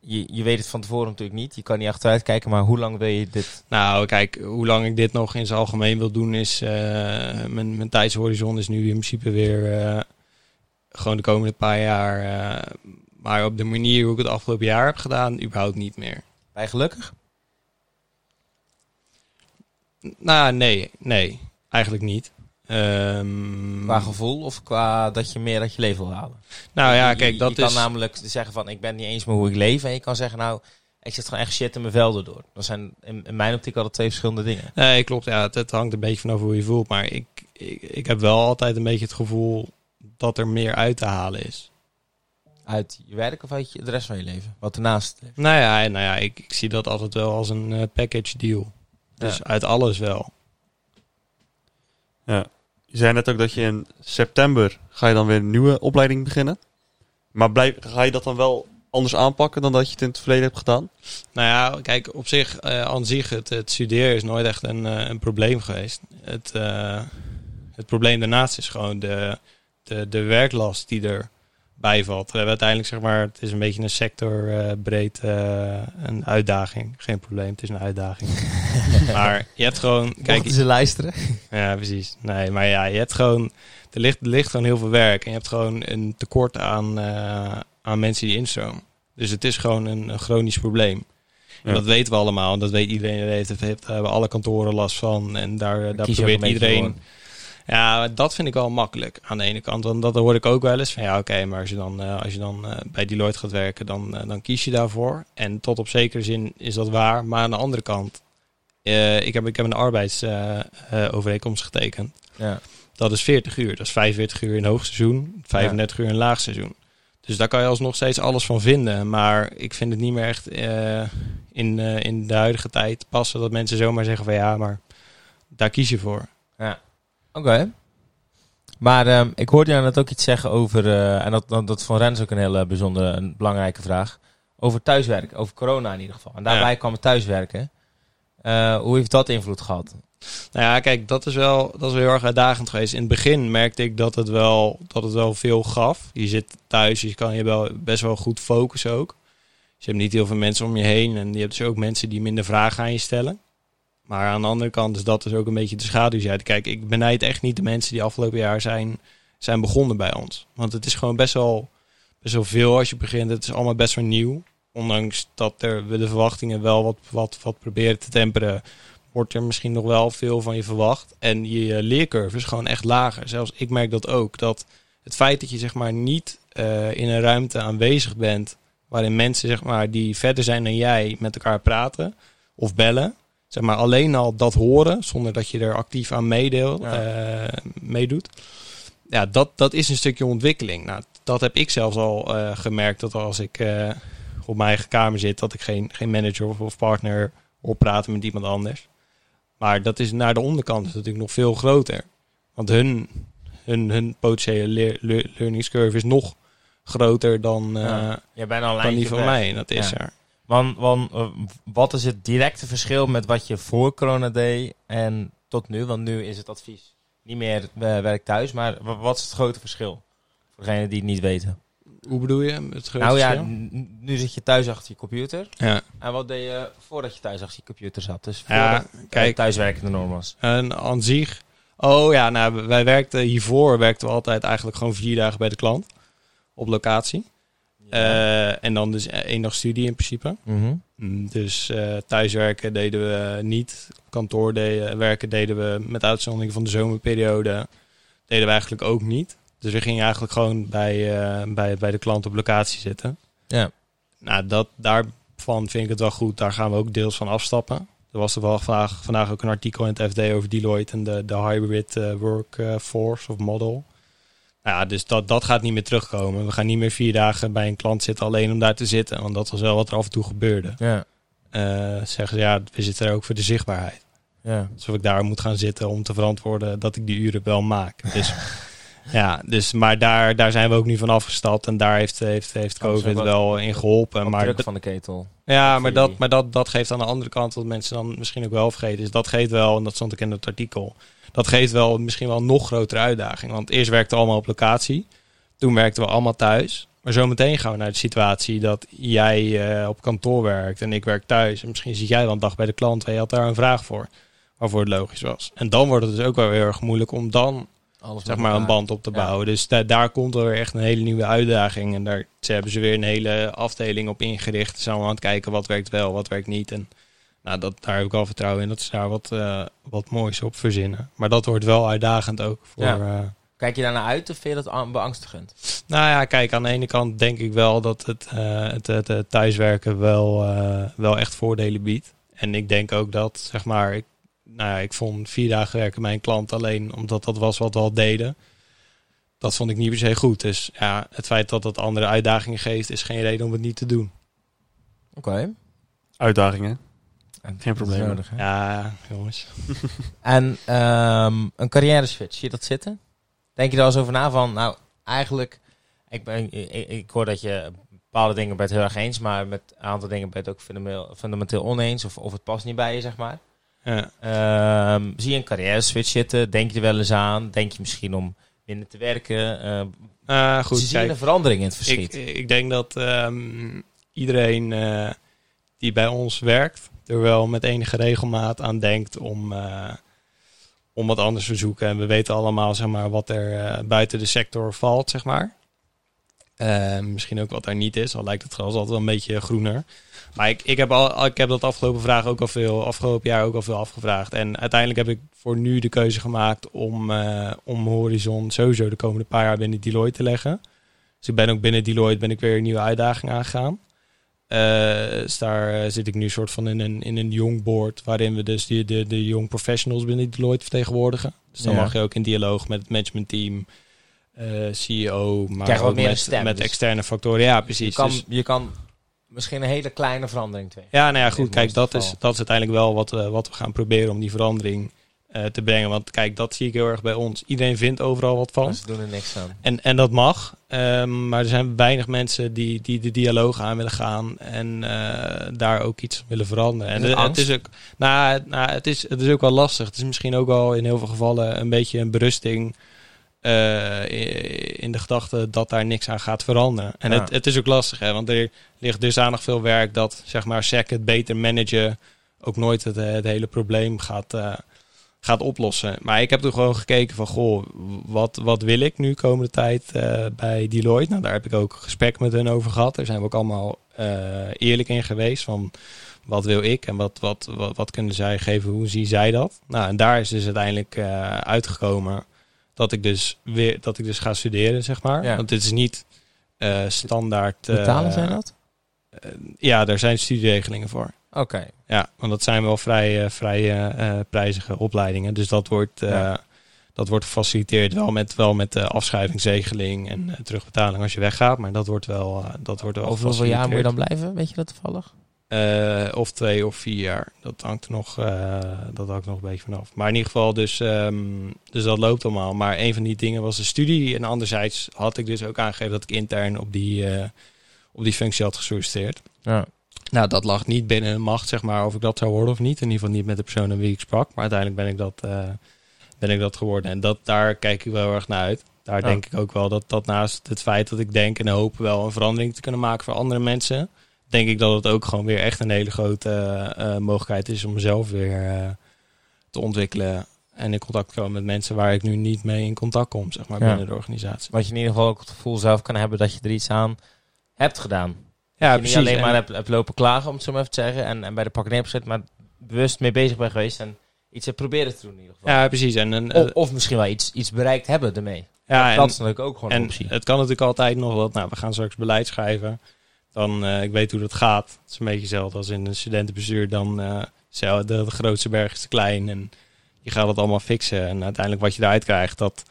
S3: Je, je weet het van tevoren natuurlijk niet. Je kan niet achteruit kijken, maar hoe lang wil je dit?
S1: Nou, kijk, hoe lang ik dit nog in zijn algemeen wil doen is... eh, mijn, mijn tijdshorizon is nu in principe weer eh, gewoon de komende paar jaar... eh, maar op de manier hoe ik het afgelopen jaar heb gedaan, überhaupt niet meer.
S3: Ben je gelukkig?
S1: N- Nou, nee, nee. Eigenlijk niet. Ehm,
S3: Qua gevoel of qua dat je meer uit je leven wil halen?
S1: nou ja,
S3: Je-
S1: kijk,
S3: je,
S1: dat
S3: je kan
S1: is...
S3: namelijk zeggen van, ik ben niet eens meer hoe ik leef. En je kan zeggen, nou, ik zit gewoon echt shit in mijn velden door. Dat zijn in, in mijn optiek altijd twee verschillende dingen.
S1: Nee, klopt. Ja, het, het hangt een beetje vanaf hoe je voelt. Maar ik, ik, ik heb wel altijd een beetje het gevoel dat er meer uit te halen is.
S3: Uit je werk of uit je, de rest van je leven? Wat ernaast leeft.
S1: Nou ja, en nou ja ik, ik zie dat altijd wel als een eh, package deal. Dus
S2: Ja.
S1: uit alles wel.
S2: Je zei net ook dat je in september ga je dan weer een nieuwe opleiding beginnen. Maar blijf, ga je dat dan wel anders aanpakken dan dat je het in het verleden hebt gedaan?
S1: Nou ja, kijk, op zich, eh, aan zich, het, het studeren is nooit echt een, eh, een probleem geweest. Het, eh, het probleem daarnaast is gewoon de, de, de werklast die erbij valt. We hebben uiteindelijk, zeg maar, het is een beetje een sectorbreed eh, een uitdaging. Geen probleem, het is een uitdaging. maar je hebt gewoon, kijk,
S3: Mochten ze luisteren?
S1: ja, precies. Nee, maar ja, je hebt gewoon. Er ligt, er ligt gewoon heel veel werk. En je hebt gewoon een tekort aan, eh, aan mensen die instromen. Dus het is gewoon een, een chronisch probleem. En
S2: Ja.
S1: dat weten we allemaal. En dat weet iedereen. Daar heeft- daar hebben alle kantoren last van. En daar, daar
S3: Kies je ook een
S1: probeert
S3: beetje
S1: iedereen.
S3: voor.
S1: Ja, dat vind ik wel makkelijk aan de ene kant. Want dat hoor ik ook wel eens van ja, oké, maar als je dan, eh, als je dan eh, bij Deloitte gaat werken, dan, eh, dan kies je daarvoor. En tot op zekere zin is dat waar. Maar aan de andere kant, eh, ik, heb, ik heb een arbeidsovereenkomst eh, getekend.
S3: Ja.
S1: Dat is 40 uur. Dat is 45 uur in hoogseizoen, 35 uur in laagseizoen. Dus daar kan je alsnog steeds alles van vinden. Maar ik vind het niet meer echt eh, in, eh, in de huidige tijd passen dat mensen zomaar zeggen van ja, maar daar kies je voor.
S3: Oké. Maar ehm, ik hoorde jou net ook iets zeggen over, eh, en dat, dat, dat is van Rens ook een hele bijzondere, een belangrijke vraag, over thuiswerk, over corona in ieder geval. En daarbij kwam het thuiswerken. Eh, hoe heeft dat invloed gehad?
S1: Nou ja, kijk, dat is wel, dat is wel heel erg uitdagend geweest. In het begin merkte ik dat het wel, dat het wel veel gaf. Je zit thuis, je kan je wel best wel goed focussen ook. Dus je hebt niet heel veel mensen om je heen. En je hebt dus ook mensen die minder vragen aan je stellen. Maar aan de andere kant is dat dus ook een beetje de schaduwzijde. Kijk, ik benijd echt niet de mensen die afgelopen jaar zijn, zijn begonnen bij ons. Want het is gewoon best wel, best wel veel als je begint. Het is allemaal best wel nieuw. Ondanks dat er, we de verwachtingen wel wat, wat, wat proberen te temperen wordt er misschien nog wel veel van je verwacht. En je eh, leercurve is gewoon echt lager. Zelfs ik merk dat ook. Dat het feit dat je zeg maar niet eh, in een ruimte aanwezig bent. waarin mensen zeg maar, die verder zijn dan jij met elkaar praten of bellen. Zeg maar alleen al dat horen zonder dat je er actief aan meedeel,
S3: Ja.
S1: eh, meedoet. Ja, dat, dat is een stukje ontwikkeling. Nou, dat heb ik zelfs al eh, gemerkt dat als ik eh, op mijn eigen kamer zit, dat ik geen, geen manager of, of partner op praten met iemand anders. Maar dat is naar de onderkant is natuurlijk nog veel groter. Want hun, hun, hun potentiële leer, leer- learningscurve is nog groter dan, eh,
S3: Ja, Jij bent al een
S1: dan die
S3: lijntje
S1: van
S3: weg.
S1: mij. En Dat is
S3: Ja.
S1: er.
S3: Want, want eh, wat is het directe verschil met wat je voor corona deed en tot nu? Want nu is het advies niet meer eh, werk thuis, maar wa- wat is het grote verschil? Voor degenen die het niet weten.
S1: Hoe bedoel je? Het grote
S3: nou ja,
S1: verschil?
S3: n- nu zit je thuis achter je computer.
S1: ja.
S3: En wat deed je voordat je thuis achter je computer zat? Dus
S1: Ja,
S3: voordat
S1: kijk.
S3: kijk. thuiswerken de norm was.
S1: En aan zich. Oh ja, nou, wij werkten hiervoor werkten we altijd eigenlijk gewoon vier dagen bij de klant. Op locatie. Eh, en dan dus één dag studie in principe.
S3: Mhm.
S1: Mm, Dus eh, thuiswerken deden we niet. Kantoor deden, werken deden we met uitzondering van de zomerperiode. Deden we eigenlijk ook niet. Dus we gingen eigenlijk gewoon bij, eh, bij, bij de klant op locatie zitten.
S3: Ja.
S1: Nou, dat, daarvan vind ik het wel goed. Daar gaan we ook deels van afstappen. Er was er wel vandaag, vandaag ook een artikel in het FD over Deloitte en de, de hybrid eh, workforce of model. Nou ja, dus dat, dat gaat niet meer terugkomen. We gaan niet meer vier dagen bij een klant zitten alleen om daar te zitten. Want dat was wel wat er af en toe gebeurde
S3: Ja,
S1: eh, zeggen ze, ja, we zitten er ook voor de zichtbaarheid.
S3: ja.
S1: Alsof ik daar moet gaan zitten om te verantwoorden dat ik die uren wel maak. Dus, ja, dus, maar daar, daar zijn we ook nu van afgestapt. En daar heeft, heeft, heeft
S3: Dat is ook
S1: COVID
S3: Oh, wat-
S1: wel in geholpen.
S3: Maar
S1: Maar,
S3: druk van de ketel.
S1: ja, maar,
S3: voor
S1: dat,
S3: jullie.
S1: maar dat, dat geeft aan de andere kant, wat mensen dan misschien ook wel vergeten, is dat geeft wel, en dat stond ook in het artikel, dat geeft wel misschien wel een nog grotere uitdaging. Want eerst werkten we allemaal op locatie. Toen werkten we allemaal thuis. Maar zometeen gaan we naar de situatie dat jij eh, op kantoor werkt en ik werk thuis. En misschien zit jij wel een dag bij de klant en je had daar een vraag voor. Waarvoor het logisch was. En dan wordt het dus ook wel weer heel erg moeilijk om dan
S3: Alles
S1: zeg
S3: met
S1: maar een
S3: elkaar.
S1: band op te
S3: Ja.
S1: bouwen. Dus da- daar komt er weer echt een hele nieuwe uitdaging. En daar ze hebben ze weer een hele afdeling op ingericht. Ze zijn allemaal aan het kijken wat werkt wel, wat werkt niet. En nou, dat, daar heb ik al vertrouwen in dat ze daar wat, eh, wat moois op verzinnen. Maar dat wordt wel uitdagend ook voor...
S3: Ja.
S1: eh,
S3: Kijk je daarnaar uit of vind je dat an- beangstigend?
S1: nou ja, kijk, aan de ene kant denk ik wel dat het, eh, het, het, eh, thuiswerken wel, eh, wel echt voordelen biedt. En ik denk ook dat, zeg maar, ik, nou ja, ik vond vier dagen werken mijn klant alleen omdat dat was wat we al deden. Dat vond ik niet per se goed. Dus ja, het feit dat dat andere uitdagingen geeft, is geen reden om het niet te doen.
S3: Oké.
S2: Uitdagingen.
S3: En
S2: Geen probleem.
S3: dat is nodig, hè?
S1: Ja, jongens.
S3: En ehm, een carrière switch, zie je dat zitten? Denk je daar eens over na van, nou, eigenlijk, ik, ben, ik, ik hoor dat je bepaalde dingen bent heel erg eens, maar met een aantal dingen ben je het ook fundamenteel, fundamenteel oneens of, of het past niet bij je, zeg maar.
S1: Ja.
S3: Ehm, zie je een carrière switch zitten? Denk je er wel eens aan? Denk je misschien om minder te werken? Eh
S1: Ah,
S3: Goed,
S1: goed,
S3: zie
S1: kijk.
S3: je een verandering in het verschiet?
S1: Ik, ik denk dat ehm, iedereen eh, die bij ons werkt, er wel met enige regelmaat aan denkt om, eh, om wat anders te zoeken. En we weten allemaal zeg maar, wat er eh, buiten de sector valt, zeg maar. Eh, misschien ook wat daar niet is, al lijkt het gras altijd wel een beetje groener. Maar ik, ik, heb al, al- ik heb dat afgelopen, vraag ook al veel, afgelopen jaar ook al veel afgevraagd. En uiteindelijk heb ik voor nu de keuze gemaakt om, eh, om Horizon sowieso de komende paar jaar binnen Deloitte te leggen. Dus ik ben ook binnen Deloitte ben ik weer een nieuwe uitdaging aangegaan. Eh, dus daar eh, zit ik nu soort van in een, in een jong board, waarin we dus de, de, de jong professionals binnen Deloitte vertegenwoordigen. Dus dan
S3: Ja.
S1: mag je ook in dialoog met het managementteam, eh, CEO, maar
S3: Krijg je wat
S1: ook
S3: meer een
S1: met,
S3: stem,
S1: met
S3: dus.
S1: externe factoren. Ja, precies.
S3: je, kan,
S1: Dus-
S3: je kan misschien een hele kleine verandering teweeg.
S1: ja, nou ja,
S3: In
S1: goed.
S3: het
S1: Kijk, dat
S3: mooiste
S1: is,
S3: geval.
S1: dat is uiteindelijk wel wat, we wat we gaan proberen om die verandering eh, te brengen. Want kijk, dat zie ik heel erg bij ons. Iedereen vindt overal wat van.
S3: Dus Ze doen er niks aan.
S1: En, en dat mag. ehm, maar er zijn weinig mensen die, die de dialoog aan willen gaan en eh, daar ook iets willen veranderen. En
S3: Is het
S1: het,
S3: angst?
S1: is ook, nou, nou, het, is, het is ook wel lastig. Het is misschien ook wel in heel veel gevallen een beetje een berusting eh, i- in de gedachte dat daar niks aan gaat veranderen. En
S3: Ja.
S1: het, het is ook lastig, hè, want er ligt dusdanig veel werk dat zeg maar SEC het beter managen ook nooit het, het hele probleem gaat, eh, gaat oplossen. Maar ik heb toen gewoon gekeken van, goh, wat, wat wil ik nu komende tijd eh, bij Deloitte? Nou, daar heb ik ook gesprek met hen over gehad. Daar zijn we ook allemaal eh, eerlijk in geweest van, wat wil ik en wat, wat, wat, wat kunnen zij geven? Hoe zien zij dat? Nou, en daar is dus uiteindelijk eh, uitgekomen dat ik dus weer dat ik dus ga studeren, zeg maar.
S3: Ja.
S1: Want dit is niet eh, standaard. eh,
S3: Betalen zijn dat?
S1: Ja, daar zijn studieregelingen voor.
S3: Oké.
S1: Ja, want dat zijn wel vrij, eh, vrij eh, eh, prijzige opleidingen. Dus dat wordt, eh,
S3: Ja.
S1: dat wordt gefaciliteerd wel met, wel met eh, afschrijvingsregeling en eh, terugbetaling als je weggaat. Maar dat wordt wel, eh, dat wordt wel
S3: Over hoeveel jaar moet je
S1: gefaciliteerd.
S3: dan blijven? Weet je dat toevallig?
S1: Eh, of twee of vier jaar. Dat hangt er nog, eh, dat hangt er nog een beetje vanaf. Maar in ieder geval, dus, ehm, dus dat loopt allemaal. Maar een van die dingen was de studie. En anderzijds had ik dus ook aangegeven dat ik intern op die, eh, op die functie had gesolliciteerd.
S3: Ja.
S1: Nou, dat lag niet binnen hun macht, zeg maar, of ik dat zou worden of niet. In ieder geval niet met de persoon aan wie ik sprak. Maar uiteindelijk ben ik dat, eh, ben ik dat geworden. En dat, daar kijk ik wel heel erg naar uit. Daar
S2: Ja.
S1: denk ik ook wel dat dat naast het feit dat ik denk en hoop wel een verandering te kunnen maken voor andere mensen. Denk ik dat het ook gewoon weer echt een hele grote eh, eh, mogelijkheid is om mezelf weer eh, te ontwikkelen. En in contact te komen met mensen waar ik nu niet mee in contact kom, zeg maar,
S3: Ja.
S1: binnen de organisatie.
S3: Wat je in ieder geval ook het gevoel zelf kan hebben dat je er iets aan hebt gedaan.
S1: Ja,
S3: je niet alleen
S1: En-
S3: maar hebt, hebt lopen klagen, om het zo maar even te zeggen. En, en bij de pakken neer hebt gezet, maar bewust mee bezig bent geweest. En iets hebt proberen te doen in ieder geval.
S1: ja, precies. En, en, eh,
S3: of, of misschien wel iets, iets bereikt hebben ermee.
S1: ja, en-
S3: dat is natuurlijk ook gewoon een
S1: En eh,
S3: optie.
S1: het kan natuurlijk altijd nog dat, nou, we gaan straks beleid schrijven. Dan, eh, ik weet hoe dat gaat. Het is een beetje hetzelfde als in een studentenbestuur. Dan eh, zo de, de grootste berg is te klein en je gaat het allemaal fixen. En uiteindelijk wat je daaruit krijgt, dat,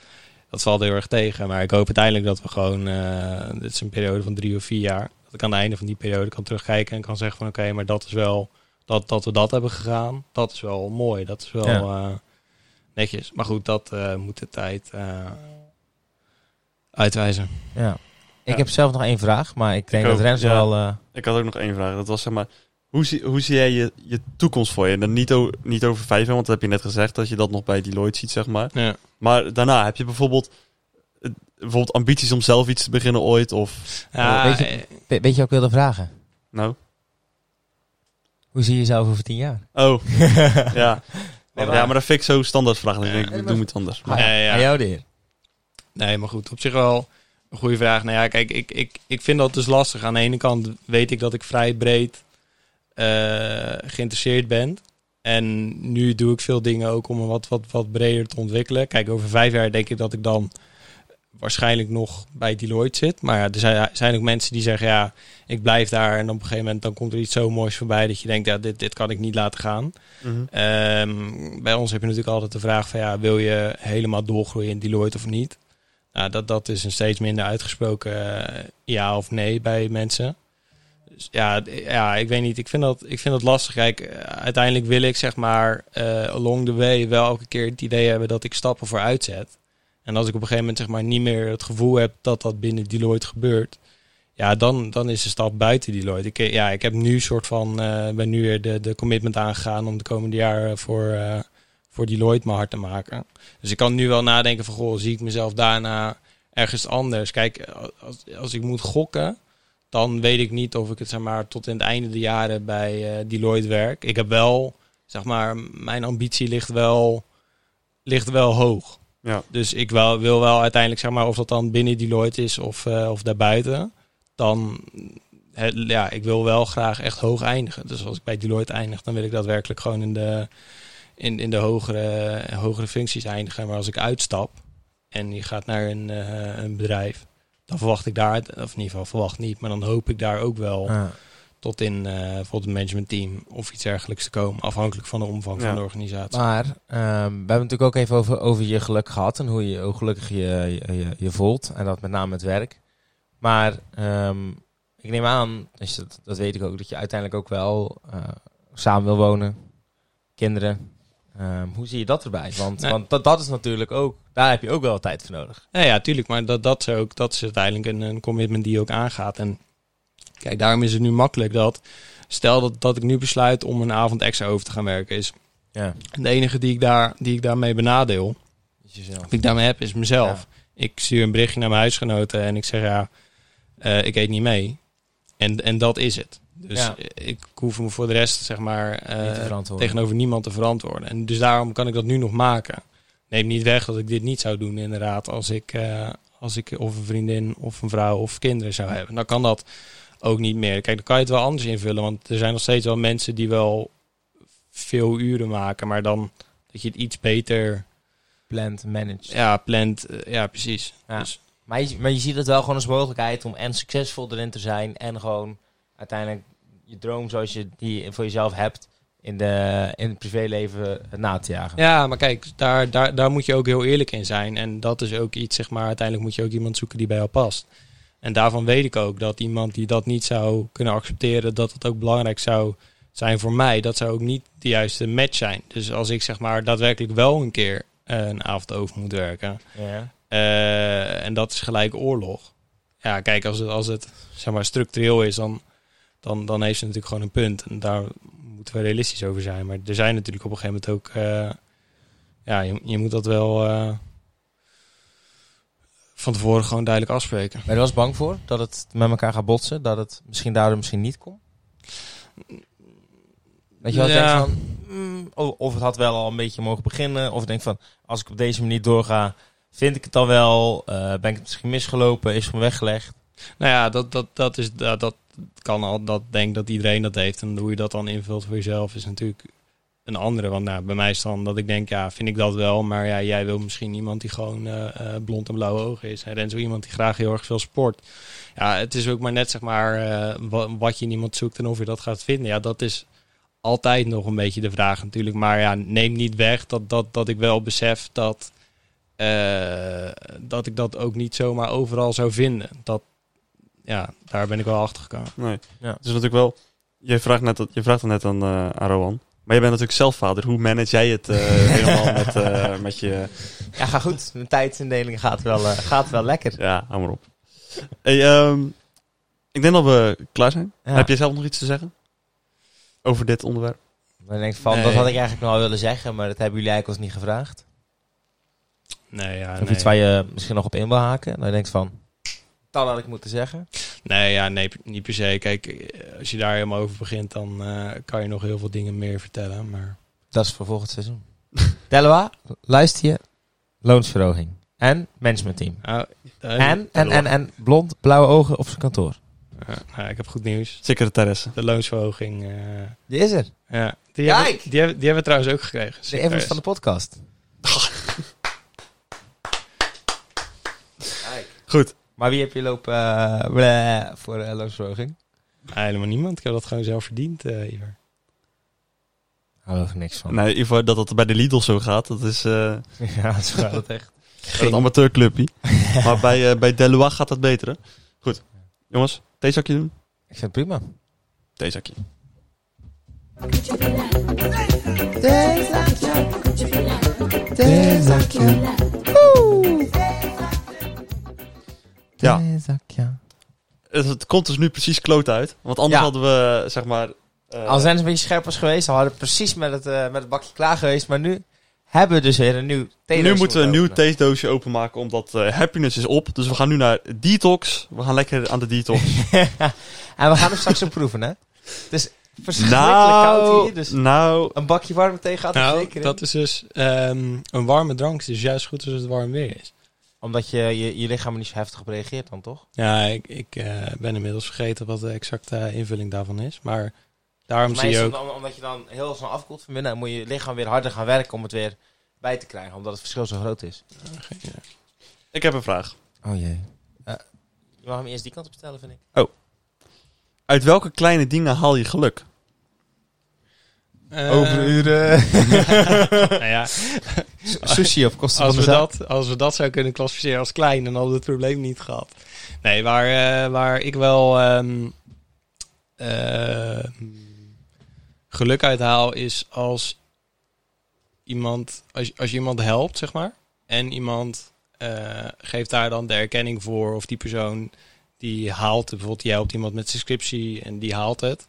S1: dat valt heel erg tegen. Maar ik hoop uiteindelijk dat we gewoon, eh, dit is een periode van drie of vier jaar, dat ik aan het einde van die periode kan terugkijken en kan zeggen van oké, maar dat is wel, dat, dat we dat hebben gegaan, dat is wel mooi. Dat is wel
S3: Ja.
S1: eh, netjes. Maar goed, dat eh, moet de tijd eh, uitwijzen.
S3: ja. Ik
S2: Ja.
S3: heb zelf nog één vraag, maar ik denk
S2: Ik
S3: dat
S2: ook,
S3: Rens
S2: ja.
S3: wel... eh,
S2: Ik had ook nog één vraag. Dat was zeg maar, Hoe zie, hoe zie jij je, je toekomst voor je? En dan niet, o- niet over vijf jaar, want dat heb je net gezegd dat je dat nog bij Deloitte ziet, zeg maar.
S1: Ja.
S2: Maar daarna heb je bijvoorbeeld, eh, bijvoorbeeld ambities om zelf iets te beginnen ooit? Of,
S1: Ja,
S3: weet je-
S1: eh,
S3: We- weet je wat ik wilde vragen?
S2: nou,
S3: Hoe zie je jezelf over tien jaar?
S2: oh, ja. Oh,
S3: Nee, maar-
S2: ja, maar dat vind ik zo standaardvraag. Dan denk ik,
S3: Nee,
S2: ik
S3: maar-
S2: doe het anders.
S1: Ah, ja, ja.
S3: Aan jou de eer.
S1: Nee, maar goed, op zich wel een goede vraag. Nou ja, kijk, ik, ik, ik vind dat dus lastig. Aan de ene kant weet ik dat ik vrij breed eh, geïnteresseerd ben. En nu doe ik veel dingen ook om me wat, wat, wat breder te ontwikkelen. Kijk, over vijf jaar denk ik dat ik dan waarschijnlijk nog bij Deloitte zit. Maar ja, er zijn, zijn ook mensen die zeggen, ja, ik blijf daar. En op een gegeven moment dan komt er iets zo moois voorbij dat je denkt, ja, dit, dit kan ik niet laten gaan.
S2: Mhm.
S1: Ehm, bij ons heb je natuurlijk altijd de vraag van ja, wil je helemaal doorgroeien in Deloitte of niet? Nou, dat, dat is een steeds minder uitgesproken eh, ja of nee bij mensen. Dus ja, d- ja, ik weet niet. Ik vind dat, ik vind dat lastig. Kijk, eh, uiteindelijk wil ik zeg maar eh, along the way wel elke keer het idee hebben dat ik stappen vooruit zet. En als ik op een gegeven moment zeg maar niet meer het gevoel heb dat dat binnen Deloitte gebeurt. Ja, dan, dan is de stap buiten Deloitte. Ik, eh, ja, ik heb nu soort van, eh, ben nu weer de, de commitment aangegaan om de komende jaren voor, eh voor Deloitte mijn hart te maken. Dus ik kan nu wel nadenken van, goh, zie ik mezelf daarna ergens anders? Kijk, als, als ik moet gokken, dan weet ik niet of ik het zeg maar tot in het einde de jaren bij eh, Deloitte werk. Ik heb wel, zeg maar, mijn ambitie ligt wel, ligt wel hoog.
S2: Ja.
S1: Dus ik wel, wil wel uiteindelijk, zeg maar, of dat dan binnen Deloitte is of, eh, of daarbuiten, dan, het- ja, ik wil wel graag echt hoog eindigen. Dus als ik bij Deloitte eindig, dan wil ik daadwerkelijk gewoon in de, in, in de hogere, hogere functies eindigen. Maar als ik uitstap en je gaat naar een, eh, een bedrijf, dan verwacht ik daar, het- of in ieder geval verwacht niet, maar dan hoop ik daar ook wel
S3: Ah.
S1: tot in eh bijvoorbeeld een managementteam of iets dergelijks te komen. Afhankelijk van de omvang
S2: Ja.
S1: van de organisatie.
S3: Maar ehm, we hebben natuurlijk ook even over, over je geluk gehad en hoe, je, hoe gelukkig je, je, je, je voelt. En dat met name het werk. Maar ehm, ik neem aan, dus dat, dat weet ik ook, dat je uiteindelijk ook wel eh, samen wil wonen. Kinderen. Ehm, hoe zie je dat erbij? Want,
S1: Nee.
S3: want dat, dat is natuurlijk ook, daar heb je ook wel tijd voor nodig.
S1: Nou Ja, ja, tuurlijk. Maar dat, dat, is ook, dat is uiteindelijk een, een commitment die je ook aangaat. En kijk, daarom is het nu makkelijk dat... Stel dat, dat ik nu besluit om een avond extra over te gaan werken... is
S3: Ja,
S1: de enige die ik, daar, die ik daarmee benadeel...
S3: is jezelf.
S1: Of ik daarmee heb, is mezelf. Ik stuur een berichtje naar mijn huisgenoten en ik zeg ja, eh, ik eet niet mee. En, en dat is het. Dus
S3: Ja.
S1: ik hoef me voor de rest, zeg maar, eh,
S3: Niet te verantwoorden.
S1: tegenover niemand te verantwoorden. En dus daarom kan ik dat nu nog maken. Neem niet weg dat ik dit niet zou doen, inderdaad, als ik, eh, als ik of een vriendin of een vrouw of kinderen zou hebben. Dan kan dat ook niet meer. Kijk, dan kan je het wel anders invullen, want er zijn nog steeds wel mensen die wel veel uren maken, maar dan dat je het iets beter
S3: Planned, managed.
S1: ja, plant. eh, Ja, precies.
S3: Ja.
S1: Dus,
S3: Maar, je, maar je ziet het wel gewoon als mogelijkheid om en succesvol erin te zijn en gewoon uiteindelijk je droom zoals je die voor jezelf hebt in, de, in het privéleven na te jagen.
S1: ja, maar kijk, daar, daar, daar moet je ook heel eerlijk in zijn. En dat is ook iets, zeg maar, uiteindelijk moet je ook iemand zoeken die bij jou past. En daarvan weet ik ook dat iemand die dat niet zou kunnen accepteren, dat het ook belangrijk zou zijn voor mij. Dat zou ook niet de juiste match zijn. Dus als ik, zeg maar, daadwerkelijk wel een keer eh, een avond over moet werken.
S3: Ja.
S1: eh, en dat is gelijk oorlog. Ja, kijk, als het, als het zeg maar, structureel is, dan, dan, dan heeft ze natuurlijk gewoon een punt. En daar moeten we realistisch over zijn. Maar er zijn natuurlijk op een gegeven moment ook... eh, ja, je, je moet dat wel eh, van tevoren gewoon duidelijk afspreken.
S3: Ben je er wel eens bang voor dat het met elkaar gaat botsen? Dat het misschien daardoor misschien niet komt? Dat je wel
S1: Ja.
S3: denkt van, mm, o- of het had wel al een beetje mogen beginnen. Of denk van, als ik op deze manier doorga, vind ik het dan wel? Eh, ben ik het misschien misgelopen? Is het me weggelegd?
S1: Nou ja, dat, dat, dat, is, dat, dat kan al. Dat denk dat iedereen dat heeft. En hoe je dat dan invult voor jezelf is natuurlijk een andere. Want nou, bij mij is dan dat ik denk, ja, vind ik dat wel. Maar ja, jij wil misschien iemand die gewoon eh, eh, blond en blauwe ogen is. En zo iemand die graag heel erg veel sport. Ja, het is ook maar net zeg maar eh, wa- wat je in iemand zoekt en of je dat gaat vinden. Ja, dat is altijd nog een beetje de vraag natuurlijk. Maar ja, neem niet weg dat, dat, dat ik wel besef dat, eh, dat ik dat ook niet zomaar overal zou vinden. Dat, ja, daar ben ik wel achter gekomen.
S2: Nee.
S3: Ja.
S2: Het is natuurlijk wel... Je vraagt, net, je vraagt dat net aan, eh, aan Rowan. Maar je bent natuurlijk zelf vader. Hoe manage jij het eh, helemaal met, eh, met je...
S3: Ja, ga goed. Mijn tijdsindeling gaat wel, eh, gaat wel lekker.
S2: Ja, hou maar op. Hey, ehm, ik denk dat we klaar zijn.
S3: Ja.
S2: Heb jij zelf nog iets te zeggen? over dit onderwerp.
S3: Dan denk ik van,
S1: Nee.
S3: dat had ik eigenlijk nog wel willen zeggen, maar dat hebben jullie eigenlijk ons niet gevraagd.
S1: Nee, ja,
S3: Of
S1: Ah, nee.
S3: iets waar je misschien nog op in wil haken. Dan denk ik van, dat had ik moeten zeggen.
S1: Nee, ja, nee, p- niet per se. Kijk, eh, als je daar helemaal over begint, dan eh, kan je nog heel veel dingen meer vertellen. Maar
S3: Dat is voor volgend seizoen. Delwa, luister je. Loonsverhoging. En managementteam.
S1: Oh, eh,
S3: En, en, en, en blond, blauwe ogen op zijn kantoor.
S1: ja, nou, ik heb goed nieuws.
S2: Secretaresse.
S1: De loonsverhoging. eh,
S3: Die is er.
S1: ja. die,
S3: Kijk!
S1: hebben, die, hebben, die hebben we trouwens ook gekregen.
S3: De invloed van de podcast.
S2: Goed.
S3: Maar wie heb je lopen eh, bleh, voor eh, loonsverhoging?
S1: Ah, Helemaal niemand. Ik heb dat gewoon zelf verdiend, eh Iver.
S3: Hou er niks van.
S2: Nou, in ieder geval dat dat bij de Lidl zo gaat, dat is eh
S3: Ja, zo gaat het echt.
S2: een amateurclubje. maar bij, eh, bij Deloitte gaat dat beter, hè? Goed. Jongens, theezakje doen?
S3: Ik vind het prima.
S2: Theezakje. Ja. Het, het komt dus nu precies kloot uit. Want anders
S3: Ja.
S2: hadden we, zeg maar... eh,
S3: Al zijn ze een beetje scherp was geweest, al hadden we precies met het, eh, met het bakje klaar geweest. Maar nu hebben we dus weer een nieuw theedoos
S2: nu moeten we een nieuw
S3: openen.
S2: theedoosje openmaken, omdat eh, happiness is op. Dus we gaan nu naar detox. We gaan lekker aan de detox.
S3: En we gaan hem straks op proeven, hè? Het is verschrikkelijk koud hier, dus
S2: nou,
S3: een bakje warme thee gaat er zeker
S1: Nou,
S3: in.
S1: dat is dus ehm, een warme drank. is Dus juist goed als het warm weer is.
S3: Omdat je, je, je lichaam er niet zo heftig op reageert dan, toch?
S1: Ja, ik, ik eh, ben inmiddels vergeten wat de exacte invulling daarvan is. Maar daarom
S3: Volgens mij
S1: zie je
S3: is
S1: ook...
S3: het om- omdat je dan heel snel afkoelt van binnen, dan moet je lichaam weer harder gaan werken om het weer bij te krijgen. Omdat het verschil zo groot is.
S2: ik heb een vraag.
S3: Oh jee. je mag hem eerst die kant op stellen, vind ik.
S2: Uit welke kleine dingen haal je geluk?
S1: Eh,
S3: Overuren.
S1: nou ja,
S3: Sushi op kosten
S1: als,
S3: van
S1: we
S3: de zaak.
S1: dat, als we dat zouden kunnen klassificeren als klein, dan hadden we het probleem niet gehad. Nee, waar, eh, waar ik wel ehm, eh, geluk uit haal is als iemand, als, je- als je iemand helpt, zeg maar. En iemand eh, geeft daar dan de erkenning voor. Of die persoon die haalt, bijvoorbeeld die helpt iemand met zijn scriptie en die haalt het.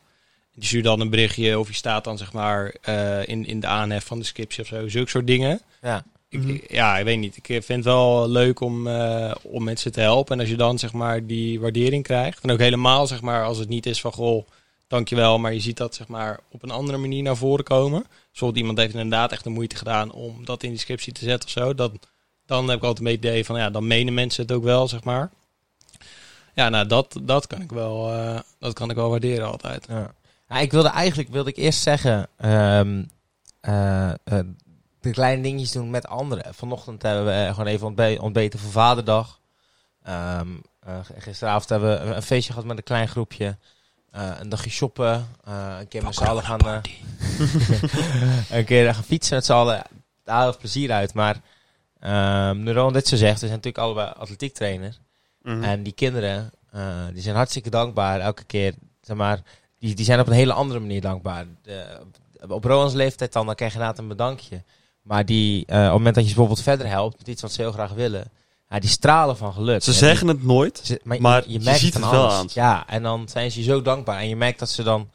S1: Die stuurt dan een berichtje of die staat dan zeg maar eh, in, in de aanhef van de scriptie of zo. Zulke soort dingen.
S3: Ja.
S1: Ik- ik- ja, ik weet niet. Ik eh, vind het wel leuk om, eh, om mensen te helpen. En als je dan zeg maar die waardering krijgt. En ook helemaal zeg maar als het niet is van goh, dankjewel. Maar je ziet dat zeg maar op een andere manier naar voren komen. Zoals iemand heeft inderdaad echt de moeite gedaan om dat in die scriptie te zetten of zo. Dan, dan heb ik altijd een beetje het idee van ja, dan menen mensen het ook wel zeg maar. Ja, nou dat, dat, kan, ik wel, eh, dat kan ik wel waarderen altijd.
S3: Ja. Ja, ik wilde eigenlijk wilde ik eerst zeggen, ehm, eh, eh, de kleine dingetjes doen met anderen. Vanochtend hebben we eh, gewoon even ontbe- ontbeten voor Vaderdag. Ehm, eh, g- gisteravond hebben we een- een feestje gehad met een klein groepje. Eh, een dagje shoppen. eh, een keer met z'n allen gaan, eh, een keer gaan fietsen met z'n allen. Daar halen we plezier uit. Maar ehm nu Ron dit zo zegt, we zijn natuurlijk allebei atletiektrainer.
S2: Mhm.
S3: En die kinderen, eh, die zijn hartstikke dankbaar elke keer. Zeg maar, die, die zijn op een hele andere manier dankbaar. De- op Roans leeftijd dan, dan krijg je inderdaad een bedankje. Maar die, eh, op het moment dat je ze bijvoorbeeld verder helpt met iets wat ze heel graag willen, ja, die stralen van geluk.
S2: Ze
S3: En die-
S2: zeggen het nooit.
S3: ze-
S2: Maar je ziet
S3: aan
S2: het wel
S3: alles.
S2: aan ze.
S3: Ja, en dan zijn ze je zo dankbaar. En je merkt dat ze dan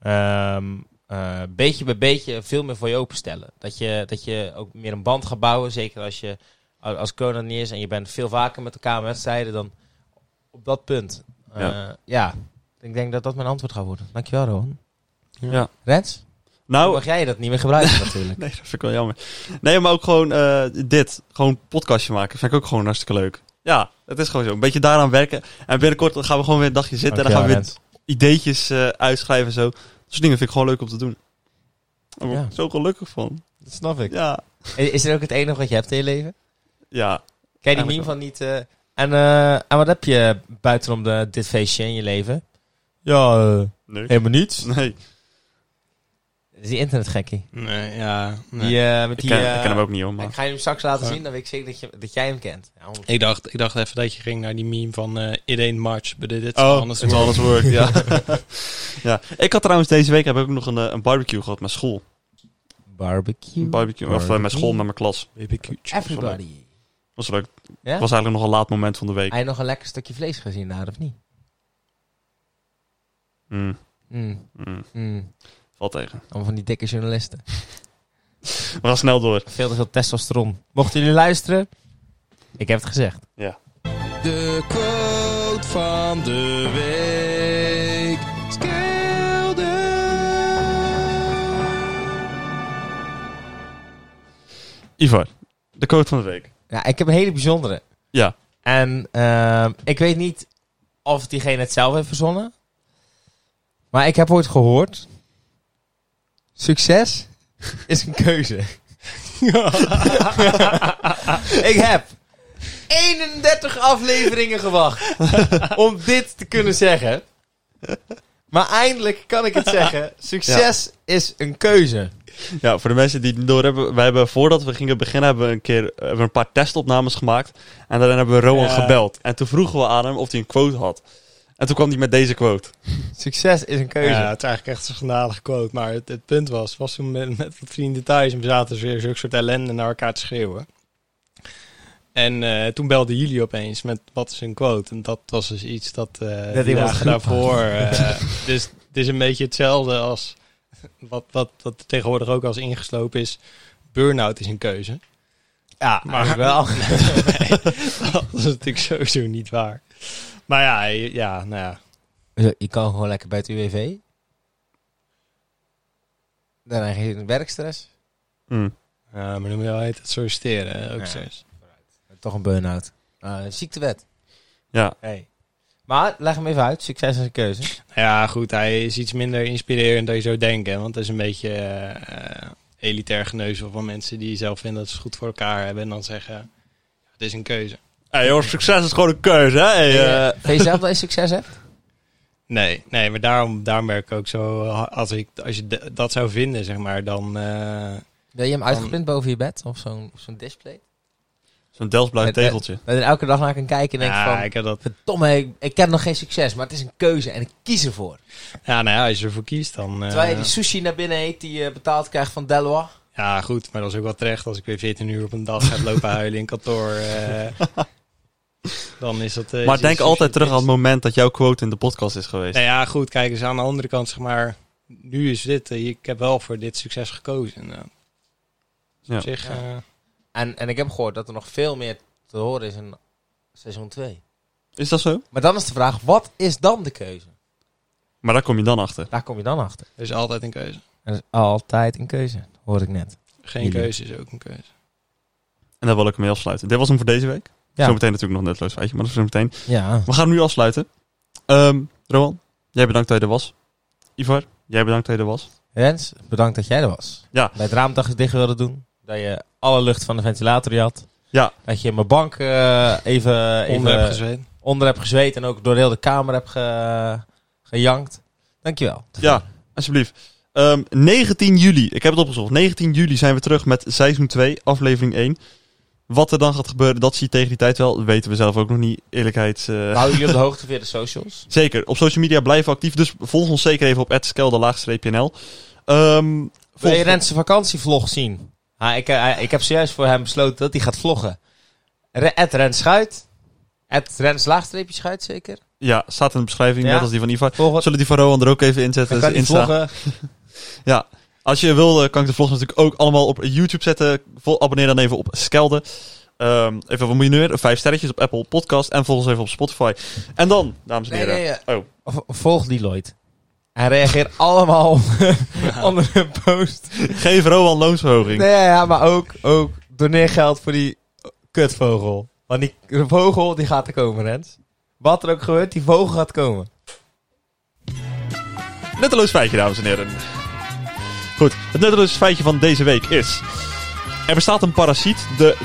S3: ehm, eh, beetje bij beetje veel meer voor je openstellen. Dat je, dat je ook meer een band gaat bouwen. Zeker als je a- als corona niet is en je bent veel vaker met elkaar aan wedstrijden dan op dat punt. Eh, ja.
S2: Ja.
S3: ik denk dat dat mijn antwoord gaat worden. Dankjewel, Rohan.
S2: Ja.
S3: Rens,
S2: Nou,
S3: mag jij dat niet meer gebruiken natuurlijk.
S2: nee, dat vind ik wel jammer. Nee, maar ook gewoon eh, dit. Gewoon een podcastje maken. Vind ik ook gewoon hartstikke leuk. Ja, het is gewoon zo. Een beetje daaraan werken. En binnenkort gaan we gewoon weer een dagje zitten. en dan gaan we weer
S3: Dankjewel,
S2: ideetjes eh, uitschrijven en zo. Dat soort dingen vind ik gewoon leuk om te doen. Daar word ik
S3: Ja.
S2: zo gelukkig van.
S3: Rens. Dat snap ik.
S2: Ja.
S3: Is, is er ook het enige wat je hebt in je leven?
S2: Ja.
S3: Kijk die
S2: Eigenlijk
S3: meme van niet. eh, en, eh, en wat heb je buitenom de, dit feestje in je leven? Ja, eh,
S2: Nee.
S3: helemaal niets.
S2: Nee.
S3: Dat is die internetgekkie.
S1: Nee, ja, nee.
S3: Die, eh, met
S2: Ik
S3: die,
S2: ken,
S3: eh,
S2: ik ken hem ook niet hoor, maar...
S3: Ik ga je hem straks laten
S1: Ja.
S3: zien, dan weet ik zeker dat, je, dat jij hem kent. Ja, honderd-
S1: Ik dacht, ik dacht even dat je ging naar die meme van eh It ain't much, but it's
S2: Oh,
S1: anders.
S2: it's alles work, ja. ja. Ik had trouwens deze week heb ik ook nog een, eh, een barbecue gehad met school.
S3: barbecue.
S2: Een barbecue, of eh, met school, met mijn klas.
S3: Everybody.
S2: Was leuk.
S3: Ja?
S2: Was eigenlijk nog een laat moment van de week.
S3: Heb je nog een lekker stukje vlees gezien nou, daar, of niet?
S2: Mm,
S3: Mm,
S2: mm.
S3: mm.
S2: Valt tegen.
S3: Allemaal van die dikke journalisten.
S2: We gaan snel door.
S3: Veel te veel testosteron. Mochten jullie luisteren, ik heb het gezegd.
S2: Ja.
S1: De quote van de week.
S2: Ivar, de quote van de week.
S3: Nou, ik heb een hele bijzondere.
S2: Ja.
S3: En ehm, ik weet niet of diegene het zelf heeft verzonnen. Maar ik heb ooit gehoord... Succes is een keuze. ik heb 31 afleveringen gewacht om dit te kunnen zeggen. Maar eindelijk kan ik het zeggen. Succes is een keuze.
S2: Ja, voor de mensen die het niet doorhebben. Wij hebben voordat we gingen beginnen, hebben we een keer eh, hebben we een paar testopnames gemaakt. En daarin hebben we Rowan
S3: Ja.
S2: gebeld. En toen vroegen we aan hem of hij een quote had. En toen kwam hij met deze quote.
S3: Succes is een keuze.
S1: Ja, het is eigenlijk echt een schandalige quote. Maar het, het punt was, was toen met, met wat vrienden thuis en we zaten weer zulke soort ellende naar elkaar te schreeuwen. En eh, toen belden jullie opeens met wat is een quote. En dat was dus iets dat eh de
S3: iemand
S1: dagen
S3: goed had.
S1: daarvoor. eh, dus het is een beetje hetzelfde als wat, wat, wat tegenwoordig ook als ingeslopen is. Burnout is een keuze.
S3: Ja,
S1: Maar-
S3: maar wel.
S1: Dat is natuurlijk sowieso niet waar. Maar ja, je- ja nou ja.
S3: Je kan gewoon lekker bij het UWV. Dan heb je geen werkstress.
S2: Mm.
S1: Ja, Eh, maar dan moet je wel heet het solliciteren. hè, Ook
S3: Ja.
S1: steeds.
S3: Toch een burn-out. Eh, ziektewet.
S2: Ja.
S3: Hey. Maar leg hem even uit. Succes is een keuze.
S1: Ja, goed. Hij is iets minder inspirerend dan je zou denken. hè, Want het is een beetje eh, elitair geneuzel van mensen die zelf vinden dat ze het goed voor elkaar hebben. En dan zeggen, het is een keuze.
S2: Hey, joh, succes is gewoon een keuze, hè? Hey, eh,
S3: Vind je zelf dat je succes hebt?
S1: Nee, nee maar daarom, daarom werk ik ook zo. eh, Als, ik, als je d- dat zou vinden, zeg maar, dan... eh,
S3: Wil je hem uitgeprint boven je bed? Of zo'n of zo'n display?
S2: Zo'n Delsblauw
S3: Met, eh,
S2: tegeltje.
S3: Dat je er elke dag naar kan kijken en denk
S1: ja,
S3: van...
S1: ik heb dat,
S3: Verdomme, ik, ik heb nog geen succes, maar het is een keuze en ik kies ervoor.
S1: ja, nou ja, als je ervoor kiest, dan... eh,
S3: Terwijl je die sushi naar binnen eet die je betaald krijgt van Deloitte.
S1: Ja, goed, maar dat is ook wel terecht. Als ik weer 14 uur op een dag ga lopen huilen in kantoor, eh, dan is dat... eh,
S2: Maar
S1: is-
S2: denk
S1: is-
S2: altijd
S1: is-
S2: terug aan het moment dat jouw quote in de podcast is geweest.
S1: Nou ja, goed, kijk eens aan de andere kant, zeg maar. Nu is dit, eh, ik heb wel voor dit succes gekozen. Nou, dus
S2: Ja.
S1: op zich, eh,
S3: En, en ik heb gehoord dat er nog veel meer te horen is in seizoen 2.
S2: Is dat zo?
S3: Maar dan is de vraag, wat is dan de keuze?
S2: Maar daar kom je dan achter.
S3: Daar kom je dan achter.
S1: er is altijd een keuze.
S3: Er is altijd een keuze, hoor ik net.
S1: Geen
S3: Jullie.
S1: keuze is ook een keuze.
S2: En daar wil ik mee afsluiten. Dit was hem voor deze week.
S3: Ja.
S2: Zometeen natuurlijk nog netloos feitje, maar dat is zometeen.
S3: Ja.
S2: We gaan hem nu afsluiten. Ehm Rowan, jij bedankt dat je er was. Ivar, jij bedankt dat je er was.
S3: Rens, bedankt dat jij er was.
S2: Ja.
S3: Bij het raam dat je het dicht wilde doen. Dat je alle lucht van de ventilator je had.
S2: Ja.
S3: Dat je mijn bank eh, even, even
S1: Onder heb gezweet.
S3: onder hebt gezweet. En ook door heel de kamer hebt ge, gejankt. Dankjewel.
S2: Ja, alsjeblieft. Ehm, 19 juli, ik heb het opgezocht. 19 juli zijn we terug met seizoen 2, aflevering 1. Wat er dan gaat gebeuren, dat zie je tegen die tijd wel. Dat weten we zelf ook nog niet. Eerlijkheid. eh,
S3: We houden jullie op de hoogte via de socials.
S2: Zeker. Op social media blijven actief. Dus volg ons zeker even op @skelde_nl. Ehm
S3: Wil je
S2: volg-
S3: Rens zijn vakantievlog zien? Ah, ik, eh, ik heb zojuist voor hem besloten dat hij gaat vloggen. Re- Ed Rens Schuit. Ed Rens laagstreepje Schuit zeker.
S2: Ja, staat in de beschrijving,
S3: Ja.
S2: net als die van Ivar.
S3: Volg het.
S2: Zullen die van Rowan er ook even inzetten?
S3: Dan
S2: dus
S3: kan hij
S2: Insta.
S3: vloggen.
S2: Ja. Als je wil, eh, kan ik de vlogs natuurlijk ook allemaal op YouTube zetten. Vol- Abonneer dan even op Skelde. Ehm, even wat moet je nu weer? Vijf sterretjes op Apple Podcast. En volg ons even op Spotify. En dan, dames en
S3: Nee,
S2: heren.
S3: nee, eh,
S2: Oh,
S3: V- Volg die Lloyd. En reageer allemaal onder, onder een post.
S2: geef Rowan loonsverhoging.
S3: Nee, ja, maar ook, ook doneer geld voor die kutvogel. Want die vogel die gaat er komen, Rens. Wat er ook gebeurt, die vogel gaat komen.
S2: Nutteloos feitje, dames en heren. Goed, het nutteloos feitje van deze week is... Er bestaat een parasiet, de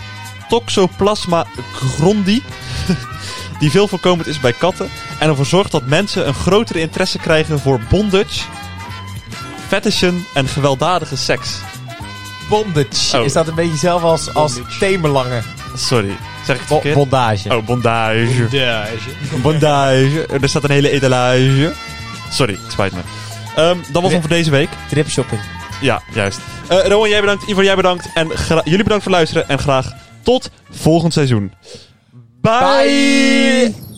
S2: Toxoplasma grondi... die veel voorkomend is bij katten... en ervoor zorgt dat mensen een grotere interesse krijgen voor bondage... fetishen en gewelddadige seks.
S3: Bondage.
S2: Oh.
S3: Is dat een beetje zelf als, als
S1: Bondage.
S3: themelangen?
S2: Sorry, zeg ik het
S3: Bo-
S2: verkeerd?
S3: bondage.
S2: oh, bondage.
S1: Ja, is je.
S2: Bondage. Er staat een hele etalage. Sorry, het spijt me. Ehm, dat was hem voor deze week.
S3: Tripshopping.
S2: Ja, juist. Eh Rowan, jij bedankt. Ivo, jij bedankt. En gra- jullie bedankt voor het luisteren. En graag tot volgend seizoen. Bye.
S3: Bye.